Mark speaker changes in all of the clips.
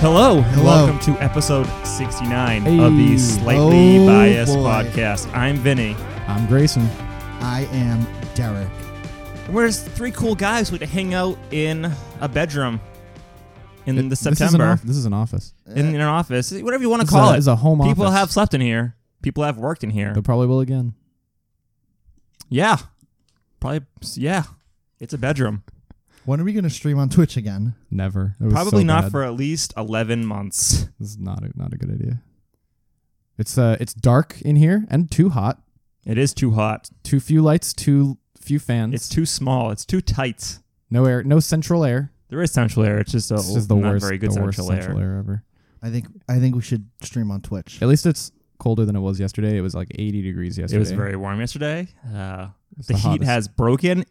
Speaker 1: Hello, and
Speaker 2: Hello.
Speaker 1: welcome to episode 69 of
Speaker 3: Hey.
Speaker 1: the Slightly
Speaker 2: Oh,
Speaker 1: Biased
Speaker 2: boy.
Speaker 1: Podcast. I'm Vinny.
Speaker 3: I'm Grayson.
Speaker 2: I am Derek.
Speaker 1: And we're just three cool guys who like to hang out in a bedroom in the
Speaker 3: This is an
Speaker 1: September,
Speaker 3: off- This is an office.
Speaker 1: in, in an office, whatever you want to
Speaker 3: This
Speaker 1: call
Speaker 3: is a,
Speaker 1: it.
Speaker 3: It's a home
Speaker 1: People
Speaker 3: office.
Speaker 1: have slept in here. People have worked in here.
Speaker 3: They probably will again.
Speaker 1: Yeah. Probably, yeah. It's a bedroom.
Speaker 2: When are we going to stream on Twitch again?
Speaker 3: Never. It was
Speaker 1: Probably
Speaker 3: so
Speaker 1: not
Speaker 3: bad.
Speaker 1: for at least 11 months.
Speaker 3: This is not a, not a good idea. It's uh, it's dark in here and too hot.
Speaker 1: It is too hot.
Speaker 3: Too few lights. Too few fans.
Speaker 1: It's too small. It's too tight.
Speaker 3: no air. No central air.
Speaker 1: There is central air. It's just a
Speaker 3: this is the
Speaker 1: not
Speaker 3: worst.
Speaker 1: very good
Speaker 3: the worst
Speaker 1: central, air.
Speaker 3: central air ever.
Speaker 2: I think I think we should stream on Twitch.
Speaker 3: At least it's colder than it was yesterday. It was like 80 degrees yesterday.
Speaker 1: It was very warm yesterday. Uh,
Speaker 3: It's
Speaker 1: the, heat
Speaker 3: hottest.
Speaker 1: has broken.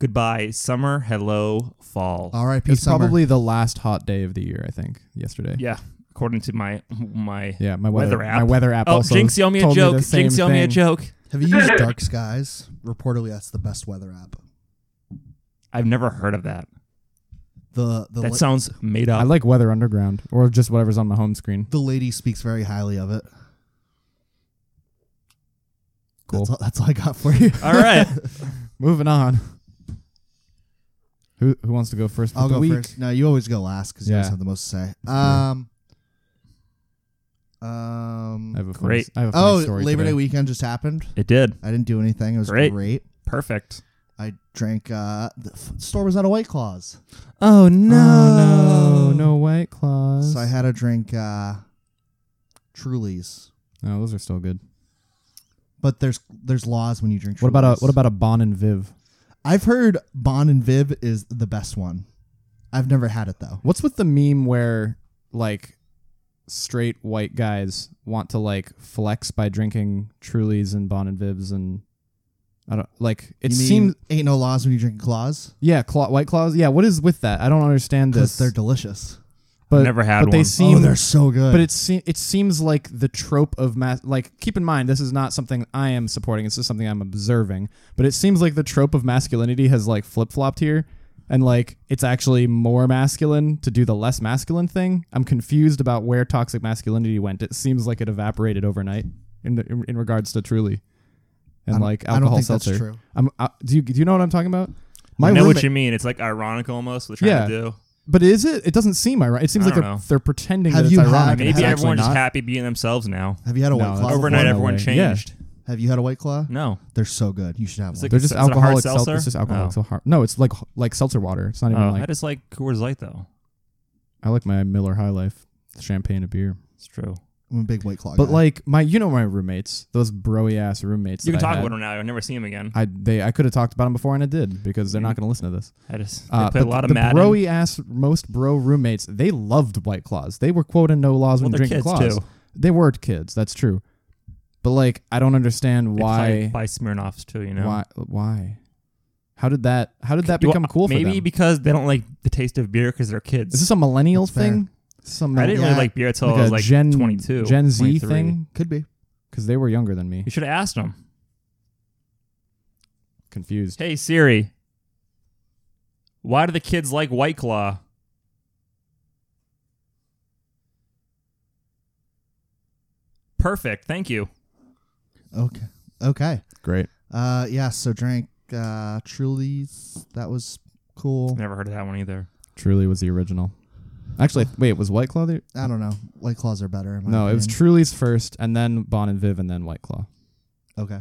Speaker 1: Goodbye, summer. Hello, fall.
Speaker 2: R.I.P.
Speaker 3: It's
Speaker 2: Summer.
Speaker 3: probably the last hot day of the year. I think yesterday.
Speaker 1: yeah, according to my my.
Speaker 3: Yeah, my
Speaker 1: Weather
Speaker 3: weather,
Speaker 1: app.
Speaker 3: My weather app.
Speaker 1: Oh,
Speaker 3: also
Speaker 1: Jinx, yell me a
Speaker 3: told
Speaker 1: joke.
Speaker 3: the same
Speaker 1: Jinx, yell me a
Speaker 3: thing.
Speaker 1: joke.
Speaker 2: Have you used Dark Skies? Reportedly, that's the best weather app.
Speaker 1: I've never heard of that.
Speaker 2: The the
Speaker 1: That
Speaker 2: la-
Speaker 1: sounds made
Speaker 3: I
Speaker 1: up.
Speaker 3: like Weather Underground or just whatever's on my home screen.
Speaker 2: the lady speaks very highly of it.
Speaker 3: Cool.
Speaker 2: That's all, that's all I got for you.
Speaker 1: All right,
Speaker 3: Moving on. Who who wants to go first? For
Speaker 2: I'll
Speaker 3: the
Speaker 2: go
Speaker 3: week?
Speaker 2: first. No, you always go last because you always
Speaker 3: Yeah.
Speaker 2: have the most to say. Um. Um.
Speaker 3: I have a funny,
Speaker 1: Great.
Speaker 3: I have a funny
Speaker 2: oh,
Speaker 3: story
Speaker 2: Labor
Speaker 3: today.
Speaker 2: Day weekend just happened.
Speaker 1: it did
Speaker 2: I didn't do anything. It was
Speaker 1: Great.
Speaker 2: great.
Speaker 1: perfect.
Speaker 2: I drank. Uh, the f- store was out of White Claws,
Speaker 1: Oh
Speaker 3: Oh, no, no white claws.
Speaker 2: so I had to drink uh, Trulies.
Speaker 3: no, those are still good.
Speaker 2: But there's there's laws when you drink. Trulies.
Speaker 3: What about a what about a Bon and Viv?
Speaker 2: I've heard Bon and Viv is the best one. I've never had it though.
Speaker 3: What's with the meme where like straight white guys want to like flex by drinking Trulies and Bon and Vivs and I don't like it
Speaker 2: You mean
Speaker 3: seems
Speaker 2: ain't no laws when you drink claws
Speaker 3: yeah claw, white claws yeah what is with that I don't understand
Speaker 2: because
Speaker 3: this
Speaker 2: they're delicious.
Speaker 3: but
Speaker 1: Never had
Speaker 3: but they
Speaker 1: one.
Speaker 3: seem
Speaker 2: oh, they're so good.
Speaker 3: But it se- it seems like the trope of mass. Like, keep in mind, this is not something I am supporting. It's just something I'm observing. But it seems like the trope of masculinity has like flip flopped here, and like it's actually more masculine to do the less masculine thing. I'm confused about where toxic masculinity went. It seems like it evaporated overnight in the, in, in regards to truly, and
Speaker 2: I don't-
Speaker 3: like
Speaker 2: I don't
Speaker 3: alcohol
Speaker 2: think that's
Speaker 3: seltzer.
Speaker 2: true.
Speaker 3: I'm, I, do you do you know what I'm talking about? My
Speaker 1: I know
Speaker 3: roommate,
Speaker 1: what you mean. It's like ironic almost. What they're trying to do.
Speaker 3: but is it? It doesn't seem ironic. It seems
Speaker 1: I
Speaker 3: like
Speaker 1: don't
Speaker 3: they're,
Speaker 1: know.
Speaker 3: they're pretending
Speaker 2: Have
Speaker 3: that it's
Speaker 2: you
Speaker 3: ironic.
Speaker 2: had-
Speaker 3: and
Speaker 1: Maybe
Speaker 3: it's actually
Speaker 1: everyone's just
Speaker 3: not.
Speaker 1: happy being themselves now.
Speaker 2: have you had a
Speaker 3: No,
Speaker 2: white claw?
Speaker 3: that's-
Speaker 2: before?
Speaker 1: Oh, Overnight,
Speaker 3: no
Speaker 1: everyone
Speaker 3: way. Yeah.
Speaker 1: changed.
Speaker 2: Have you had a white claw?
Speaker 1: No,
Speaker 2: They're so good. You should have
Speaker 1: It's
Speaker 2: one.
Speaker 1: like-
Speaker 3: They're
Speaker 1: Is
Speaker 3: just
Speaker 1: it a hard
Speaker 3: alcoholic seltzer?
Speaker 1: seltzer?
Speaker 3: It's just alcoholic
Speaker 1: Oh.
Speaker 3: so hard. No, it's like like seltzer water. It's not even
Speaker 1: oh,
Speaker 3: like
Speaker 1: I just like Coors Light though.
Speaker 3: I like my Miller High Life, champagne and beer.
Speaker 1: It's true.
Speaker 2: I'm a big white claw.
Speaker 3: But
Speaker 2: guy.
Speaker 3: like my, you know my roommates, those broy ass roommates.
Speaker 1: You
Speaker 3: that
Speaker 1: can
Speaker 3: I
Speaker 1: talk
Speaker 3: had,
Speaker 1: about them now. I'll never see them again.
Speaker 3: I they I could have talked about them before and I did because they're
Speaker 1: Yeah.
Speaker 3: not going to listen to this.
Speaker 1: I just they
Speaker 3: Uh,
Speaker 1: play a
Speaker 3: but
Speaker 1: lot of
Speaker 3: the
Speaker 1: Madden.
Speaker 3: broy ass most bro roommates, they loved White Claws. They were quoting no laws
Speaker 1: well,
Speaker 3: when
Speaker 1: they're
Speaker 3: drinking
Speaker 1: kids
Speaker 3: claws.
Speaker 1: too.
Speaker 3: They were kids. That's true. But like I don't understand why
Speaker 1: by Smirnoffs too? You know
Speaker 3: why why how did that how did that
Speaker 1: Well,
Speaker 3: become cool
Speaker 1: Maybe
Speaker 3: for them?
Speaker 1: because they don't like the taste of beer because they're kids.
Speaker 3: Is this a millennial
Speaker 2: That's fair.
Speaker 3: thing? Some
Speaker 1: I didn't
Speaker 2: Yeah.
Speaker 1: really like beer until
Speaker 3: like
Speaker 1: I
Speaker 3: a
Speaker 1: was like
Speaker 3: Gen
Speaker 1: 22,
Speaker 3: Gen Z
Speaker 1: 23.
Speaker 3: thing
Speaker 2: could be.
Speaker 3: because they were younger than me.
Speaker 1: You should have asked them.
Speaker 3: Confused.
Speaker 1: Hey Siri, why do the kids like White Claw? Perfect. Thank you.
Speaker 2: Okay. Okay.
Speaker 3: Great.
Speaker 2: Uh, yeah. So drank uh, Trulies. That was cool.
Speaker 1: Never heard of that one either.
Speaker 3: Truly was the original. Actually, wait, was White Claw the?
Speaker 2: I don't know. White claws are better. In my
Speaker 3: No, it was
Speaker 2: opinion.
Speaker 3: Truly's first, and then Bon and Viv, and then White Claw
Speaker 2: Okay.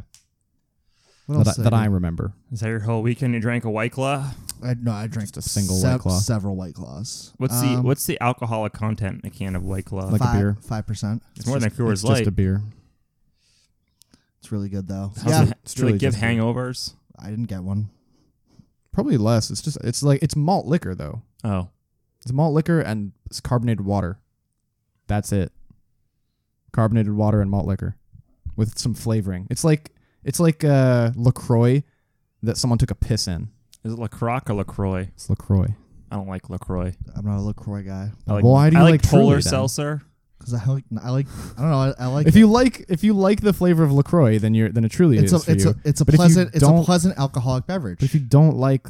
Speaker 2: What
Speaker 3: that, I,
Speaker 2: did
Speaker 3: that I
Speaker 2: do?
Speaker 3: remember.
Speaker 1: Is that your whole weekend? You drank a White Claw.
Speaker 2: I no, I drank
Speaker 3: Just a single White Claw.
Speaker 2: several white claws.
Speaker 1: What's the
Speaker 2: Um,
Speaker 1: what's the alcoholic content in a can of White Claw?
Speaker 3: Like a
Speaker 2: five,
Speaker 3: beer?
Speaker 2: Five percent.
Speaker 1: it's, more
Speaker 3: just,
Speaker 1: than Coors
Speaker 3: it's
Speaker 1: Light.
Speaker 3: Just a beer.
Speaker 2: It's really good though.
Speaker 1: How's
Speaker 2: Yeah,
Speaker 1: it-
Speaker 3: It's
Speaker 1: do they
Speaker 3: truly
Speaker 1: give
Speaker 3: just a-
Speaker 1: hangovers?
Speaker 2: I didn't get one.
Speaker 3: Probably less. It's just it's like it's malt liquor though.
Speaker 1: Oh,
Speaker 3: It's malt liquor and it's carbonated water. That's it. Carbonated water and malt liquor with some flavoring. It's like it's like uh, Lacroix that someone took a piss in.
Speaker 1: is it Lacroix or Lacroix?
Speaker 3: It's Lacroix.
Speaker 1: I don't like Lacroix.
Speaker 2: I'm not a Lacroix guy
Speaker 1: I like,
Speaker 3: Why do you
Speaker 1: I like,
Speaker 3: like Truly,
Speaker 1: Polar
Speaker 3: then?
Speaker 1: Seltzer?
Speaker 2: because I like I like I don't know I, I like
Speaker 3: if
Speaker 2: it.
Speaker 3: you like if you like the flavor of Lacroix, then you're then it truly
Speaker 2: it's
Speaker 3: is for
Speaker 2: a it's
Speaker 3: you.
Speaker 2: a it's a
Speaker 3: But if you
Speaker 2: pleasant it's a
Speaker 3: don't-
Speaker 2: pleasant alcoholic beverage.
Speaker 3: but if you don't like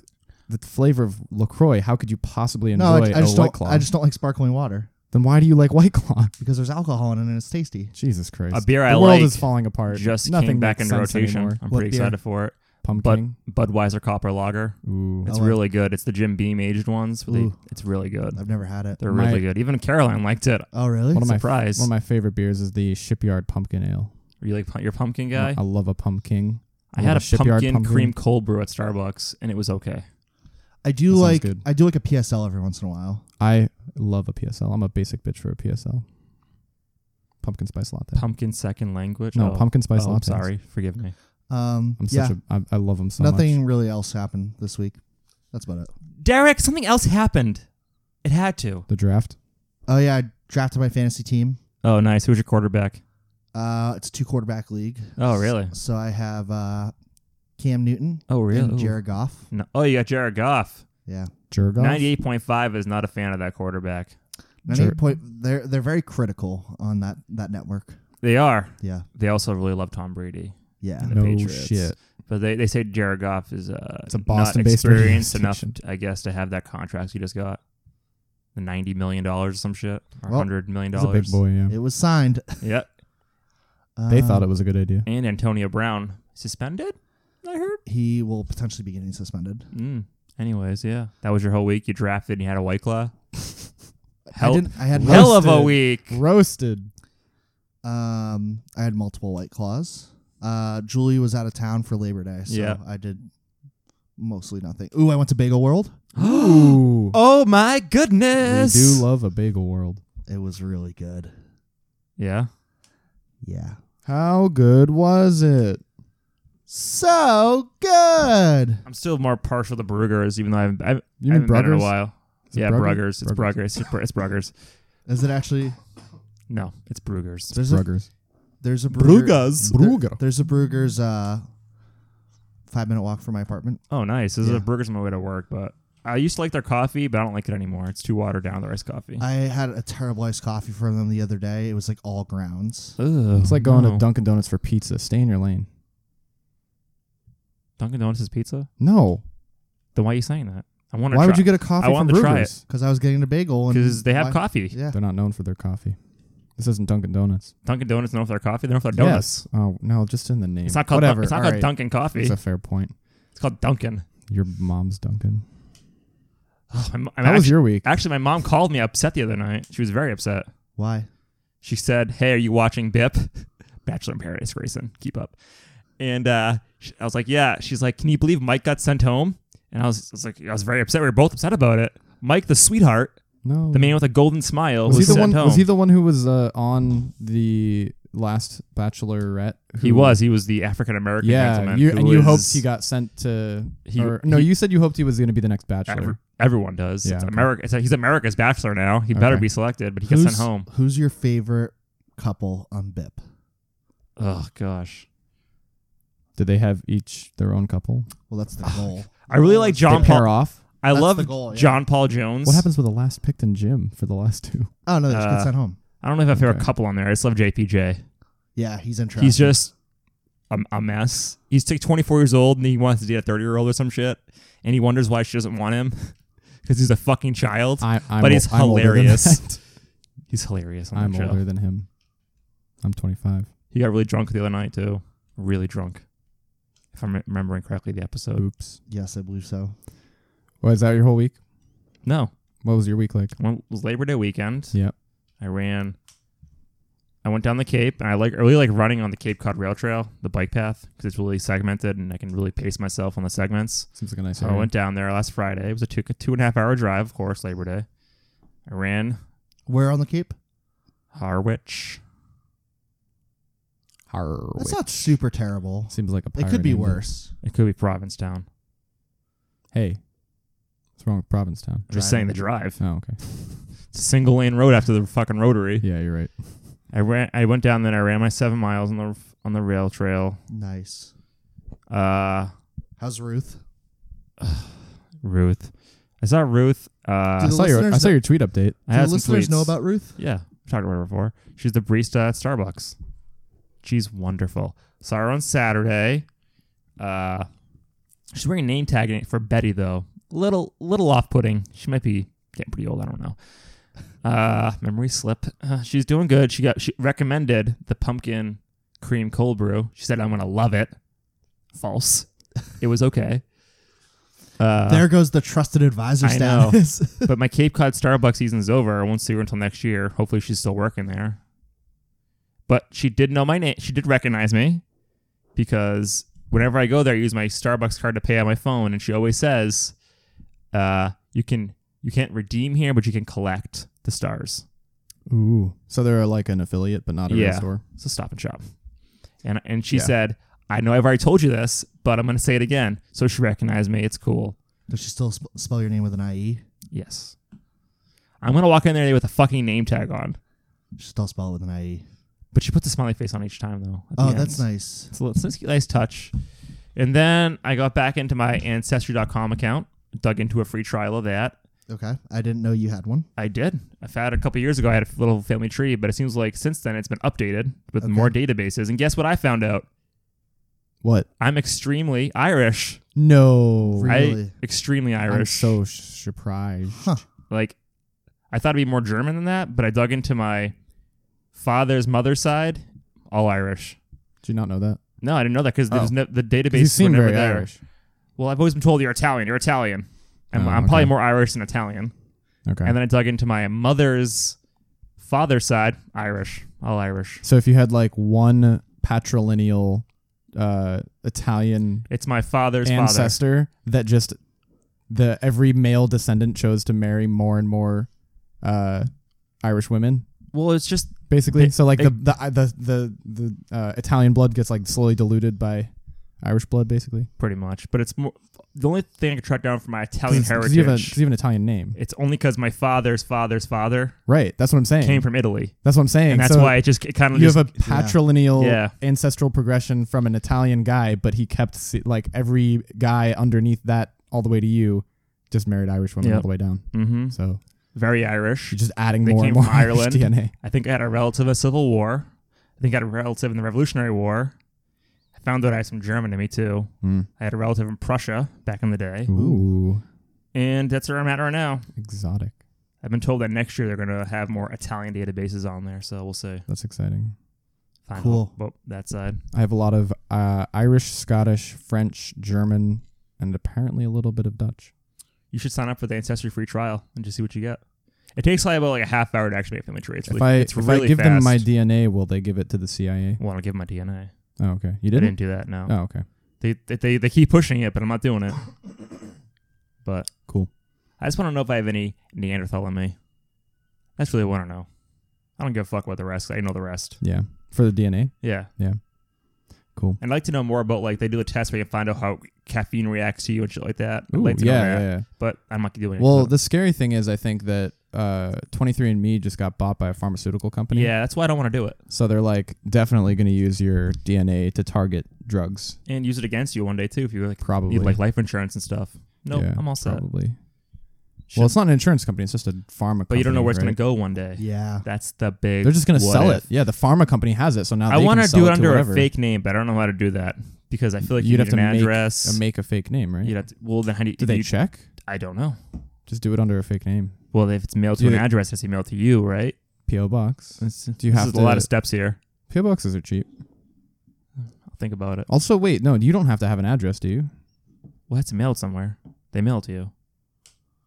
Speaker 3: the flavor of Lacroix, how could you possibly
Speaker 2: no,
Speaker 3: enjoy
Speaker 2: I, I just
Speaker 3: a White
Speaker 2: don't
Speaker 3: Claw?
Speaker 2: I just don't like sparkling water.
Speaker 3: Then why do you like White Claw?
Speaker 2: because there's alcohol in it and it's tasty.
Speaker 3: Jesus Christ.
Speaker 1: A beer
Speaker 3: the
Speaker 1: I
Speaker 3: world
Speaker 1: like
Speaker 3: is falling apart.
Speaker 1: Just
Speaker 3: Nothing
Speaker 1: came back
Speaker 3: makes
Speaker 1: into
Speaker 3: sense
Speaker 1: rotation.
Speaker 3: Anymore.
Speaker 1: I'm
Speaker 2: What
Speaker 1: pretty
Speaker 2: beer?
Speaker 1: excited for it.
Speaker 3: Pumpkin.
Speaker 1: Budweiser Copper Lager.
Speaker 3: Ooh.
Speaker 1: It's
Speaker 2: I like-
Speaker 1: really good. It's the Jim Beam aged ones. They-
Speaker 2: Ooh.
Speaker 1: it's really good.
Speaker 2: I've never had it.
Speaker 1: They're
Speaker 3: My-
Speaker 1: really good. Even Caroline liked it.
Speaker 2: Oh, really?
Speaker 3: One of my
Speaker 1: Surprise.
Speaker 3: one of my favorite beers is the Shipyard Pumpkin Ale.
Speaker 1: Are you like pu- your pumpkin guy?
Speaker 3: I love a pumpkin.
Speaker 1: I had a
Speaker 3: love Shipyard
Speaker 1: pumpkin, cream cold brew at Starbucks, and it was okay.
Speaker 2: I
Speaker 3: That
Speaker 2: do
Speaker 3: sounds
Speaker 2: like
Speaker 3: good.
Speaker 2: I do like a PSL every once in a while.
Speaker 3: I love a PSL. I'm a basic bitch for a PSL. Pumpkin spice latte.
Speaker 1: Pumpkin second language.
Speaker 3: no,
Speaker 1: oh.
Speaker 3: pumpkin spice
Speaker 1: oh,
Speaker 3: latte.
Speaker 1: Sorry, forgive me.
Speaker 2: Um,
Speaker 3: I'm
Speaker 2: yeah,
Speaker 3: such a. I, I love them so
Speaker 2: nothing
Speaker 3: much.
Speaker 2: really else happened this week. That's about it.
Speaker 1: Derek, something else happened. It had to.
Speaker 3: The draft.
Speaker 2: Oh yeah, I drafted my fantasy team.
Speaker 1: Oh, nice. Who's your quarterback?
Speaker 2: Uh, it's a two quarterback league,
Speaker 1: Oh, really?
Speaker 2: so I have uh, Cam Newton
Speaker 1: Oh,
Speaker 2: and
Speaker 1: really?
Speaker 2: Jared Goff.
Speaker 1: No. Oh, you got Jared Goff.
Speaker 2: Yeah,
Speaker 3: Jergoff.
Speaker 1: Ninety-eight point five is not a fan of that quarterback.
Speaker 2: Ninety-eight
Speaker 3: Jer-
Speaker 2: point. They're they're very critical on that that network.
Speaker 1: They are.
Speaker 2: Yeah, they
Speaker 1: They also really love Tom Brady,
Speaker 2: yeah.
Speaker 1: the
Speaker 3: No
Speaker 1: Patriots.
Speaker 3: shit.
Speaker 1: but they, they say Jared Goff is uh,
Speaker 3: It's a Boston-based
Speaker 1: not experienced
Speaker 3: radio
Speaker 1: enough,
Speaker 3: station.
Speaker 1: I guess, to have that contract he just got, the ninety million dollars or some shit, or
Speaker 2: Well,
Speaker 1: hundred million
Speaker 3: He's a big
Speaker 1: dollars.
Speaker 3: boy. Yeah.
Speaker 2: It was signed.
Speaker 1: Yep.
Speaker 3: they
Speaker 2: Um,
Speaker 3: thought it was a good idea.
Speaker 1: And Antonio Brown suspended. I heard.
Speaker 2: he will potentially be getting suspended.
Speaker 1: Mm. Anyways, yeah, that was your whole week. You drafted and you had a white claw.
Speaker 2: I
Speaker 1: Hell,
Speaker 2: didn't. I had
Speaker 1: hell of a
Speaker 3: roasted.
Speaker 1: week.
Speaker 3: Roasted.
Speaker 2: Um, I had multiple white claws. Uh, Julie was out of town for Labor Day, so
Speaker 1: Yeah.
Speaker 2: I did mostly nothing. Ooh, I went to Bagel World.
Speaker 3: Ooh.
Speaker 1: Oh my
Speaker 3: We
Speaker 1: goodness.
Speaker 3: do love a bagel world.
Speaker 2: It was really good.
Speaker 1: yeah.
Speaker 2: Yeah,
Speaker 3: How good was it?
Speaker 2: so good.
Speaker 1: I'm still more partial to Brugger's, even though I haven't, I haven't, I
Speaker 3: You mean
Speaker 1: haven't been in a
Speaker 3: Bruggers?
Speaker 1: while.
Speaker 3: Is it
Speaker 1: yeah,
Speaker 3: Brugger?
Speaker 1: Brugger's. It's
Speaker 3: Brugger's.
Speaker 1: Brugger's. It's, Br- it's Brugger's.
Speaker 2: Is it actually?
Speaker 1: No, it's Brugger's.
Speaker 2: There's a
Speaker 3: Bruggers.
Speaker 2: there's a Brugger-
Speaker 1: Brugger's.
Speaker 2: there-
Speaker 3: Brugger.
Speaker 2: there's a Brugger's. Uh, five minute walk from my apartment.
Speaker 1: Oh, nice. This
Speaker 2: Yeah.
Speaker 1: is a Brugger's on my way to work, but I used to like their coffee, but I don't like it anymore. It's too watered down, the rice coffee.
Speaker 2: I had a terrible iced coffee from them the other day. It was like all grounds.
Speaker 1: Ugh,
Speaker 3: It's like going
Speaker 1: no.
Speaker 3: to Dunkin' Donuts for pizza. Stay in your lane.
Speaker 1: Dunkin' Donuts is pizza?
Speaker 3: No.
Speaker 1: Then why are you saying that? I want to
Speaker 3: Why would you get a coffee
Speaker 1: I
Speaker 3: from
Speaker 1: wanted to try
Speaker 3: Brugger's?
Speaker 2: Because I was getting a bagel and
Speaker 1: Because they have
Speaker 2: why-
Speaker 1: coffee.
Speaker 2: Yeah,
Speaker 3: They're not known for their coffee. This isn't Dunkin' Donuts.
Speaker 1: Dunkin' Donuts known for their coffee. They're known for their donuts.
Speaker 3: Yes. Oh no, just in the name.
Speaker 1: It's not called,
Speaker 3: Whatever.
Speaker 1: Dun- it's not
Speaker 3: All
Speaker 1: called
Speaker 3: right.
Speaker 1: Dunkin' Coffee.
Speaker 3: That's a fair point.
Speaker 1: it's called Dunkin'.
Speaker 3: Your mom's Dunkin'.
Speaker 1: Oh, my, mo- I'm
Speaker 3: How was
Speaker 1: actually-
Speaker 3: your week?
Speaker 1: Actually, my mom called me upset the other night. She was very upset.
Speaker 2: why?
Speaker 1: She said, "Hey, are you watching BIP? Bachelor in Paradise, Grayson, keep up." And uh, sh I was like, "Yeah." She's like, "Can you believe Mike got sent home?" And I was, I was like, "I was very upset. We were both upset about it." Mike, the sweetheart,
Speaker 3: No.
Speaker 1: the man with a golden smile, was,
Speaker 3: Mm. was, he the
Speaker 1: sent
Speaker 3: one?
Speaker 1: home.
Speaker 3: Was he the one who was uh, on the last Bachelorette? Who,
Speaker 1: He was. He was the African American
Speaker 3: Yeah.
Speaker 1: gentleman.
Speaker 3: You,
Speaker 1: who
Speaker 3: and you
Speaker 1: was-
Speaker 3: hoped he got sent to.
Speaker 1: He-
Speaker 3: or- no,
Speaker 1: he-
Speaker 3: you said you hoped he was going to be the next Bachelor.
Speaker 1: Every- everyone does.
Speaker 3: Yeah,
Speaker 1: it's
Speaker 3: okay.
Speaker 1: America. It's, he's America's Bachelor now. He better
Speaker 3: Okay.
Speaker 1: be selected, but he gets sent home.
Speaker 2: Who's your favorite couple on BIP?
Speaker 1: Oh gosh.
Speaker 3: Did they have each their own couple?
Speaker 2: Well, that's the goal.
Speaker 1: I really like John
Speaker 3: they pair
Speaker 1: Paul.
Speaker 3: off.
Speaker 1: I
Speaker 2: That's
Speaker 1: love
Speaker 2: the goal, yeah.
Speaker 1: John Paul Jones.
Speaker 3: What happens with the last picked in Jim for the last two?
Speaker 2: Oh no, they just
Speaker 1: Uh,
Speaker 2: get sent home.
Speaker 1: I don't know if I have
Speaker 3: Okay.
Speaker 1: a couple on there. I just love JPJ.
Speaker 2: Yeah, he's interesting.
Speaker 1: He's just a, a mess. He's like 24 years old and he wants to date a 30 year old or some shit. And he wonders why she doesn't want him because he's a fucking child.
Speaker 3: I, I'm
Speaker 1: But
Speaker 3: ol-
Speaker 1: he's
Speaker 3: I'm older than
Speaker 1: hilarious.
Speaker 3: that.
Speaker 1: he's hilarious on
Speaker 3: I'm
Speaker 1: that show.
Speaker 3: older than him. I'm 25.
Speaker 1: He got really drunk the other night too. Really drunk. If I'm remembering correctly, the episode.
Speaker 3: Oops.
Speaker 2: yes, I believe so.
Speaker 3: Was that your whole week?
Speaker 1: No,
Speaker 3: What was your week like?
Speaker 1: Well, it was Labor Day weekend.
Speaker 3: Yep.
Speaker 1: I ran. I went down the Cape, and I like I really like running on the Cape Cod Rail Trail, the bike path, because it's really segmented, and I can really pace myself on the segments.
Speaker 3: Seems like a nice.
Speaker 1: So I
Speaker 3: area.
Speaker 1: went down there last Friday. It was a two two and a half hour drive, of course, Labor Day. I ran
Speaker 2: Where on the Cape?
Speaker 1: Harwich.
Speaker 3: Harwich.
Speaker 2: That's not super terrible.
Speaker 3: Seems like a.
Speaker 2: It
Speaker 3: pirate
Speaker 2: could be
Speaker 3: name, but-
Speaker 2: worse.
Speaker 1: It could be Provincetown.
Speaker 3: Hey, what's wrong with Provincetown?
Speaker 1: I'm just saying the drive.
Speaker 3: Oh, okay.
Speaker 1: It's a single lane road after the fucking rotary.
Speaker 3: Yeah, you're right.
Speaker 1: I ran. I went down there. I ran my seven miles on the on the rail trail.
Speaker 2: Nice.
Speaker 1: Uh,
Speaker 2: How's Ruth?
Speaker 1: Ruth. I saw Ruth. Uh,
Speaker 3: I
Speaker 2: The
Speaker 3: saw your I
Speaker 2: listeners
Speaker 3: saw
Speaker 2: that-
Speaker 3: your tweet update.
Speaker 1: I
Speaker 2: Do
Speaker 1: had
Speaker 2: the
Speaker 1: some
Speaker 2: listeners
Speaker 1: tweets.
Speaker 2: know about Ruth?
Speaker 1: Yeah, I've talked about her before. She's the barista at Starbucks. She's wonderful. Saw her on Saturday. Uh, she's wearing a name tag in it for Betty though. Little little off putting. She might be getting pretty old. I don't know. Uh, memory slip. Uh, she's doing good. She got she recommended the pumpkin cream cold brew. She said I'm gonna love it. False. It was okay. Uh,
Speaker 2: there goes the trusted advisor
Speaker 1: I know.
Speaker 2: status.
Speaker 1: but my Cape Cod Starbucks season's over. I won't see her until next year. Hopefully, she's still working there. But she did know my name. She did recognize me because whenever I go there, I use my Starbucks card to pay on my phone, and she always says, uh, "You can you can't redeem here, but you can collect the stars."
Speaker 3: Ooh. So they're like an affiliate, but not a
Speaker 1: Yeah.
Speaker 3: real store.
Speaker 1: So Stop and Shop, and and she
Speaker 3: Yeah.
Speaker 1: said, "I know I've already told you this, but I'm going to say it again." So she recognized me. It's cool.
Speaker 2: Does she still sp- spell your name with an E? IE?
Speaker 1: Yes, I'm going to walk in there with a fucking name tag on.
Speaker 2: She still spell it with an IE.
Speaker 1: But she puts a smiley face on each time, though. at the
Speaker 2: Oh,
Speaker 1: end.
Speaker 2: that's nice.
Speaker 1: It's a, little, it's a nice touch. And then I got back into my Ancestry.com account, dug into a free trial of that.
Speaker 2: Okay. I didn't know you had one.
Speaker 1: I did. I found it a couple years ago. I had a little family tree, but it seems like since then it's been updated with
Speaker 2: Okay.
Speaker 1: more databases. And guess what I found out?
Speaker 3: What?
Speaker 1: I'm extremely Irish.
Speaker 3: No.
Speaker 2: Re- Really?
Speaker 1: I extremely Irish.
Speaker 3: I'm so sh- surprised.
Speaker 2: Huh.
Speaker 1: like I thought it'd be more German than that, but I dug into my father's mother's side, all Irish.
Speaker 3: Did you not know that?
Speaker 1: No, I didn't know that because
Speaker 3: Oh.
Speaker 1: no, the
Speaker 3: 'Cause You
Speaker 1: database were
Speaker 3: seem
Speaker 1: never
Speaker 3: very
Speaker 1: there.
Speaker 3: Irish.
Speaker 1: Well, I've always been told you're Italian. You're Italian. I'm,
Speaker 3: Oh,
Speaker 1: I'm probably
Speaker 3: okay.
Speaker 1: more Irish than Italian.
Speaker 3: Okay.
Speaker 1: And then I dug into my mother's father's side, Irish, all Irish.
Speaker 3: so if you had like one patrilineal uh, Italian
Speaker 1: It's my father's father.
Speaker 3: ancestor that just the every male descendant chose to marry more and more uh, Irish women,
Speaker 1: Well, it's just
Speaker 3: basically.
Speaker 1: It-
Speaker 3: so like
Speaker 1: it-
Speaker 3: the the the the, the uh, Italian blood gets like slowly diluted by Irish blood, basically.
Speaker 1: pretty much, but it's more. The only thing I could track down from my Italian
Speaker 3: Because
Speaker 1: heritage,
Speaker 3: you, have a- 'cause you have an Italian name,
Speaker 1: it's only because my father's father's father
Speaker 3: right? That's what I'm saying.
Speaker 1: came from Italy,
Speaker 3: that's what I'm saying.
Speaker 1: and that's
Speaker 3: So
Speaker 1: why it just it kind of
Speaker 3: you
Speaker 1: just,
Speaker 3: have a patrilineal
Speaker 1: Yeah.
Speaker 3: ancestral progression from an Italian guy, but he kept se- like every guy underneath that all the way to you just married Irish women all
Speaker 1: Yep.
Speaker 3: the way down.
Speaker 1: hmm
Speaker 3: So
Speaker 1: very
Speaker 3: you're
Speaker 1: Irish.
Speaker 3: just adding
Speaker 1: They
Speaker 3: more
Speaker 1: came
Speaker 3: and more
Speaker 1: from
Speaker 3: Irish
Speaker 1: Ireland.
Speaker 3: DNA.
Speaker 1: I think I had a relative in the Civil War. I think I had a relative in the Revolutionary War. I found out I had some German in me too. I had a relative in Prussia back in the day,
Speaker 3: Ooh,
Speaker 1: and that's where I'm at right now.
Speaker 3: exotic.
Speaker 1: I've been told that next year they're going to have more Italian databases on there, so we'll see.
Speaker 3: That's exciting.
Speaker 1: Find
Speaker 2: Cool.
Speaker 1: out about that side.
Speaker 3: I have a lot of uh, Irish, Scottish, French, German, and apparently a little bit of Dutch.
Speaker 1: You should sign up for the Ancestry free trial and just see what you get. It takes like about like a half hour to actually make family tree. It's really,
Speaker 3: if I
Speaker 1: it's
Speaker 3: if
Speaker 1: really
Speaker 3: I give
Speaker 1: fast.
Speaker 3: them my DNA, will they give it to the CIA?
Speaker 1: well, I don't give my DNA.
Speaker 3: Oh, okay. You
Speaker 1: I
Speaker 3: didn't.
Speaker 1: didn't do that. No,
Speaker 3: Oh, okay.
Speaker 1: they, they they they keep pushing it, but I'm not doing it. But
Speaker 3: Cool.
Speaker 1: I just want to know if I have any Neanderthal in me. That's really what I want to know. I don't give a fuck about the rest. I know the rest.
Speaker 3: Yeah, for the DNA.
Speaker 1: Yeah.
Speaker 3: Cool.
Speaker 1: I'd like to know more about like they do a test where you find out how caffeine reacts to you and shit like that. I'd
Speaker 3: Ooh,
Speaker 1: like to know
Speaker 3: yeah,
Speaker 1: that,
Speaker 3: yeah, yeah.
Speaker 1: but I'm not doing it.
Speaker 3: Well, the scary thing is, I think that uh, 23andMe just got bought by a pharmaceutical company.
Speaker 1: yeah, that's why I don't want to do it
Speaker 3: So they're like definitely going to use your DNA to target drugs.
Speaker 1: and use it against you one day too if you like
Speaker 3: Probably.
Speaker 1: need like life insurance and stuff. No,
Speaker 3: Yeah,
Speaker 1: I'm all set.
Speaker 3: Probably.
Speaker 1: Shit.
Speaker 3: Well, it's not an insurance company. It's just a pharma.
Speaker 1: but you don't know
Speaker 3: company,
Speaker 1: where it's
Speaker 3: right?
Speaker 1: gonna go one day.
Speaker 2: Yeah.
Speaker 1: That's the big.
Speaker 3: They're just going to
Speaker 1: what
Speaker 3: sell
Speaker 1: if.
Speaker 3: it. Yeah, the pharma company has it. So now
Speaker 1: I
Speaker 3: want
Speaker 1: want to
Speaker 3: to
Speaker 1: do it under a
Speaker 3: whatever.
Speaker 1: fake name, but I don't know how to do that because I feel like
Speaker 3: You'd
Speaker 1: you
Speaker 3: have
Speaker 1: need
Speaker 3: to
Speaker 1: an
Speaker 3: make
Speaker 1: address.
Speaker 3: Uh, make a fake name, right?
Speaker 1: You'd have to, well, then how do you?
Speaker 3: Do they
Speaker 1: you-
Speaker 3: check?
Speaker 1: I don't know.
Speaker 3: Just do it under a fake name.
Speaker 1: Well, if it's mailed to
Speaker 3: Do
Speaker 1: an
Speaker 3: they-
Speaker 1: address, it's mailed to you, right?
Speaker 3: PO box. Do you
Speaker 1: this
Speaker 3: have
Speaker 1: is
Speaker 3: to?
Speaker 1: a lot of steps here.
Speaker 3: PO boxes are cheap.
Speaker 1: I'll think about it.
Speaker 3: Also, wait, no, you don't have to have an address, do you?
Speaker 1: Well, it's mailed somewhere. They mail it to you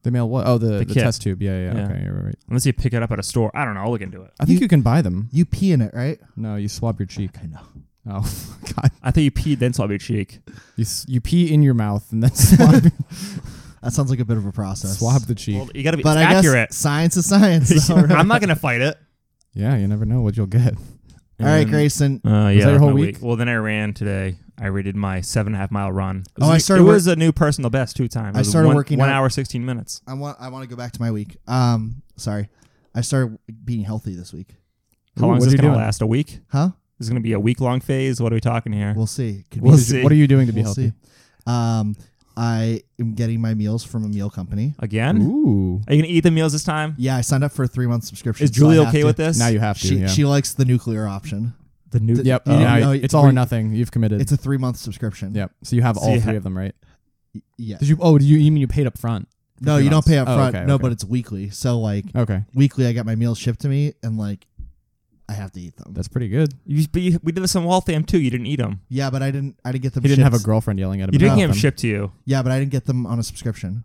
Speaker 3: They mail what? Oh, the,
Speaker 1: The
Speaker 3: the,
Speaker 1: kit.
Speaker 3: test tube. Yeah, yeah,
Speaker 1: Yeah.
Speaker 3: yeah. Okay, yeah, right, right.
Speaker 1: unless you pick it up at a store. I don't know. I'll look into it.
Speaker 3: I think
Speaker 2: You-
Speaker 3: you can buy them.
Speaker 2: You pee in it, right?
Speaker 3: No, you swab your cheek.
Speaker 2: I know.
Speaker 3: Oh God,
Speaker 1: I thought you peed then swab your cheek.
Speaker 3: you s- you pee in your mouth and then swab,
Speaker 2: That sounds like a bit of a process.
Speaker 3: swab the cheek.
Speaker 1: Well, you gotta be
Speaker 2: but
Speaker 1: it's
Speaker 2: I
Speaker 1: accurate.
Speaker 2: guess science is science. though, right?
Speaker 1: I'm not gonna fight it.
Speaker 3: yeah, you never know what you'll get.
Speaker 2: All right,
Speaker 1: And-
Speaker 2: Grayson.
Speaker 1: Uh, yeah,
Speaker 3: that your
Speaker 1: that's
Speaker 3: whole
Speaker 1: my
Speaker 3: week?
Speaker 1: Well, then I ran today. I rated my seven and a half mile run. It was
Speaker 2: Oh,
Speaker 1: a-
Speaker 2: I started
Speaker 1: It
Speaker 2: work-
Speaker 1: was a new personal best two times.
Speaker 2: I started
Speaker 1: one,
Speaker 2: working
Speaker 1: one
Speaker 2: out-
Speaker 1: hour sixteen minutes.
Speaker 2: I want. I want to go back to my week. Um, sorry, I started being healthy this week.
Speaker 1: How
Speaker 3: Ooh,
Speaker 1: long is
Speaker 3: what
Speaker 1: this
Speaker 3: are you
Speaker 1: gonna
Speaker 3: doing?
Speaker 1: last? A week?
Speaker 2: Huh?
Speaker 1: This is gonna be a week long phase. What are we talking here?
Speaker 2: We'll see. Could
Speaker 1: We'll
Speaker 2: be,
Speaker 1: see.
Speaker 3: What are you doing to be
Speaker 2: we'll
Speaker 3: healthy?
Speaker 2: see. Um, I am getting my meals from a meal company.
Speaker 1: Again?
Speaker 3: Ooh,
Speaker 1: Are you gonna eat the meals this time?
Speaker 2: Yeah, I signed up for a three month subscription.
Speaker 1: Is
Speaker 2: so I
Speaker 1: Julie
Speaker 2: have
Speaker 1: okay
Speaker 2: to-
Speaker 1: with this?
Speaker 3: now you have to.
Speaker 2: She
Speaker 3: yeah.
Speaker 2: she likes the nuclear option.
Speaker 1: the new.
Speaker 2: Th-
Speaker 3: yep.
Speaker 2: you
Speaker 3: now
Speaker 2: know,
Speaker 3: it's all or
Speaker 2: we-
Speaker 3: nothing. You've committed.
Speaker 2: It's a three month subscription.
Speaker 3: yep. So you have
Speaker 1: So
Speaker 3: all
Speaker 1: you
Speaker 3: three
Speaker 1: ha-
Speaker 3: of them, right?
Speaker 2: Y- Yeah.
Speaker 3: Did you? Oh, do you, you mean you paid up front?
Speaker 2: No,
Speaker 3: three
Speaker 2: you
Speaker 3: months.
Speaker 2: don't pay up
Speaker 3: Oh,
Speaker 2: front.
Speaker 3: okay,
Speaker 2: no,
Speaker 3: okay.
Speaker 2: but it's weekly. So like
Speaker 3: Okay,
Speaker 2: weekly, I get my meals shipped to me, and like I have to eat them.
Speaker 3: that's pretty good.
Speaker 1: You, but you, we did this on Waltham too. You didn't eat them.
Speaker 2: Yeah, but I didn't. I didn't get them.
Speaker 3: He didn't have a
Speaker 2: shipped-
Speaker 3: girlfriend yelling at him.
Speaker 1: You didn't
Speaker 3: about
Speaker 1: get them
Speaker 3: them.
Speaker 1: shipped to you.
Speaker 2: Yeah, but I didn't get them on a subscription.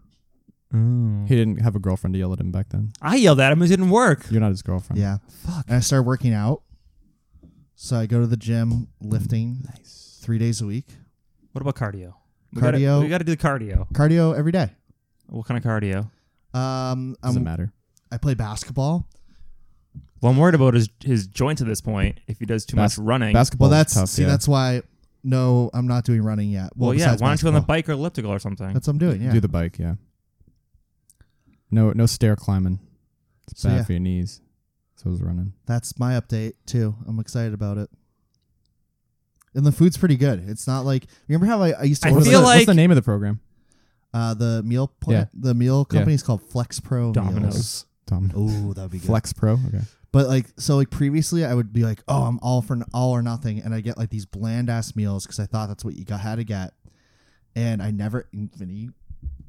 Speaker 2: Oh.
Speaker 3: He didn't have a girlfriend to yell at him back then.
Speaker 1: I yelled at him. It didn't work.
Speaker 3: You're not his girlfriend.
Speaker 2: Yeah,
Speaker 1: Fuck.
Speaker 2: and I started working out. So I go to the gym, lifting
Speaker 3: Nice.
Speaker 2: three days a week.
Speaker 1: What about cardio? We
Speaker 2: Cardio?
Speaker 1: gotta, we gotta do the cardio.
Speaker 2: Cardio every day.
Speaker 1: What kind of cardio?
Speaker 2: Um,
Speaker 3: Doesn't
Speaker 2: I'm-
Speaker 3: matter.
Speaker 2: I play basketball.
Speaker 1: Well, I'm worried about his his joints at this point. If he does too
Speaker 3: Bas-
Speaker 1: much running.
Speaker 3: Basketball.
Speaker 2: Well, that's
Speaker 3: tough,
Speaker 2: see,
Speaker 3: yeah.
Speaker 2: that's why. No, I'm not doing running yet.
Speaker 1: well, yeah.
Speaker 2: besides
Speaker 1: Why don't you go on the
Speaker 2: basketball.
Speaker 1: bike or elliptical or something?
Speaker 2: That's what I'm doing. Yeah.
Speaker 3: do the bike. Yeah. No, no stair climbing. It's
Speaker 2: So,
Speaker 3: bad
Speaker 2: yeah.
Speaker 3: for your knees. So I was running.
Speaker 2: That's my update too. I'm excited about it. And the food's pretty good. It's not like remember how I, I used to
Speaker 1: I
Speaker 2: order
Speaker 1: feel
Speaker 3: the,
Speaker 2: the,
Speaker 1: like-
Speaker 3: what's the name of the program?
Speaker 2: uh, the meal plan. The meal company is called Flex Pro Meals.
Speaker 1: Dominoes.
Speaker 3: Tom.
Speaker 2: Oh, that'd be good.
Speaker 3: Flex Pro. Okay.
Speaker 2: But like so, like previously, I would be like, "Oh, I'm all for n- all or nothing," and I get like these bland ass meals because I thought that's what you got had to get, and I never even you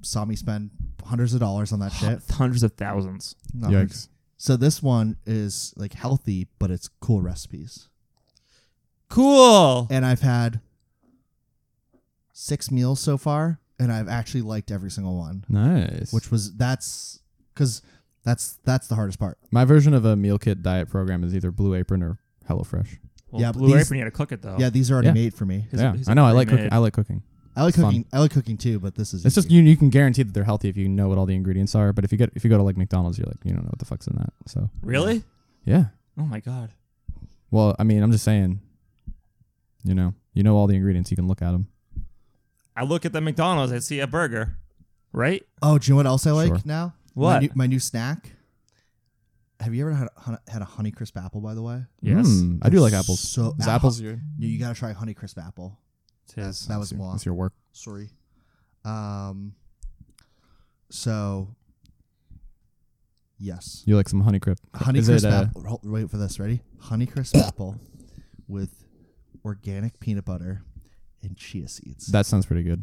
Speaker 2: saw me spend hundreds of dollars on that shit.
Speaker 1: Hundreds of thousands.
Speaker 2: Not hundreds.
Speaker 3: Yikes.
Speaker 2: So this one is like healthy, but it's cool recipes.
Speaker 1: Cool.
Speaker 2: and I've had six meals so far, and I've actually liked every single one,
Speaker 3: Nice.
Speaker 2: which was that's because that's that's the hardest part.
Speaker 3: my version of a meal kit diet program is either Blue Apron or HelloFresh.
Speaker 1: Well,
Speaker 2: yeah, but
Speaker 1: Blue
Speaker 2: these-
Speaker 1: Apron. You had to cook it though.
Speaker 2: Yeah, these are already
Speaker 3: Oh. Yeah.
Speaker 2: made for me.
Speaker 1: His-
Speaker 3: yeah,
Speaker 1: his
Speaker 3: I know. I like
Speaker 1: pre-made.
Speaker 3: cooking. I like cooking.
Speaker 2: I like
Speaker 3: It's fun.
Speaker 2: cooking. I like cooking too, but this is
Speaker 3: It's just
Speaker 2: easy.
Speaker 3: you. You can guarantee that they're healthy if you know what all the ingredients are. But if you get if you go to like McDonald's, you're like you don't know what the fuck's in that. So
Speaker 1: Really?
Speaker 3: yeah.
Speaker 1: Oh my god.
Speaker 3: Well, I mean, I'm just saying. You know, you know all the ingredients. You can look at them.
Speaker 1: I look at the McDonald's. I see a burger. Right.
Speaker 2: Oh, do you know what else I like
Speaker 3: Sure.
Speaker 2: now?
Speaker 1: What?
Speaker 2: my new, my new snack? Have you ever had a, had a Honeycrisp apple? By the way,
Speaker 1: Yes.
Speaker 3: Mm. I do like apples.
Speaker 2: So
Speaker 3: Is
Speaker 2: apple-
Speaker 3: apples your
Speaker 2: you, you gotta try Honeycrisp apple.
Speaker 1: It
Speaker 2: That,
Speaker 1: is.
Speaker 2: that was moi.
Speaker 3: It's your work.
Speaker 2: Sorry. Um. So. Yes.
Speaker 3: You like some honey crisp.
Speaker 2: Honey
Speaker 3: Is
Speaker 2: crisp
Speaker 3: it, uh,
Speaker 2: apple. hold- Wait for this. Ready? Honey crisp apple with organic peanut butter and chia seeds.
Speaker 3: That sounds pretty good.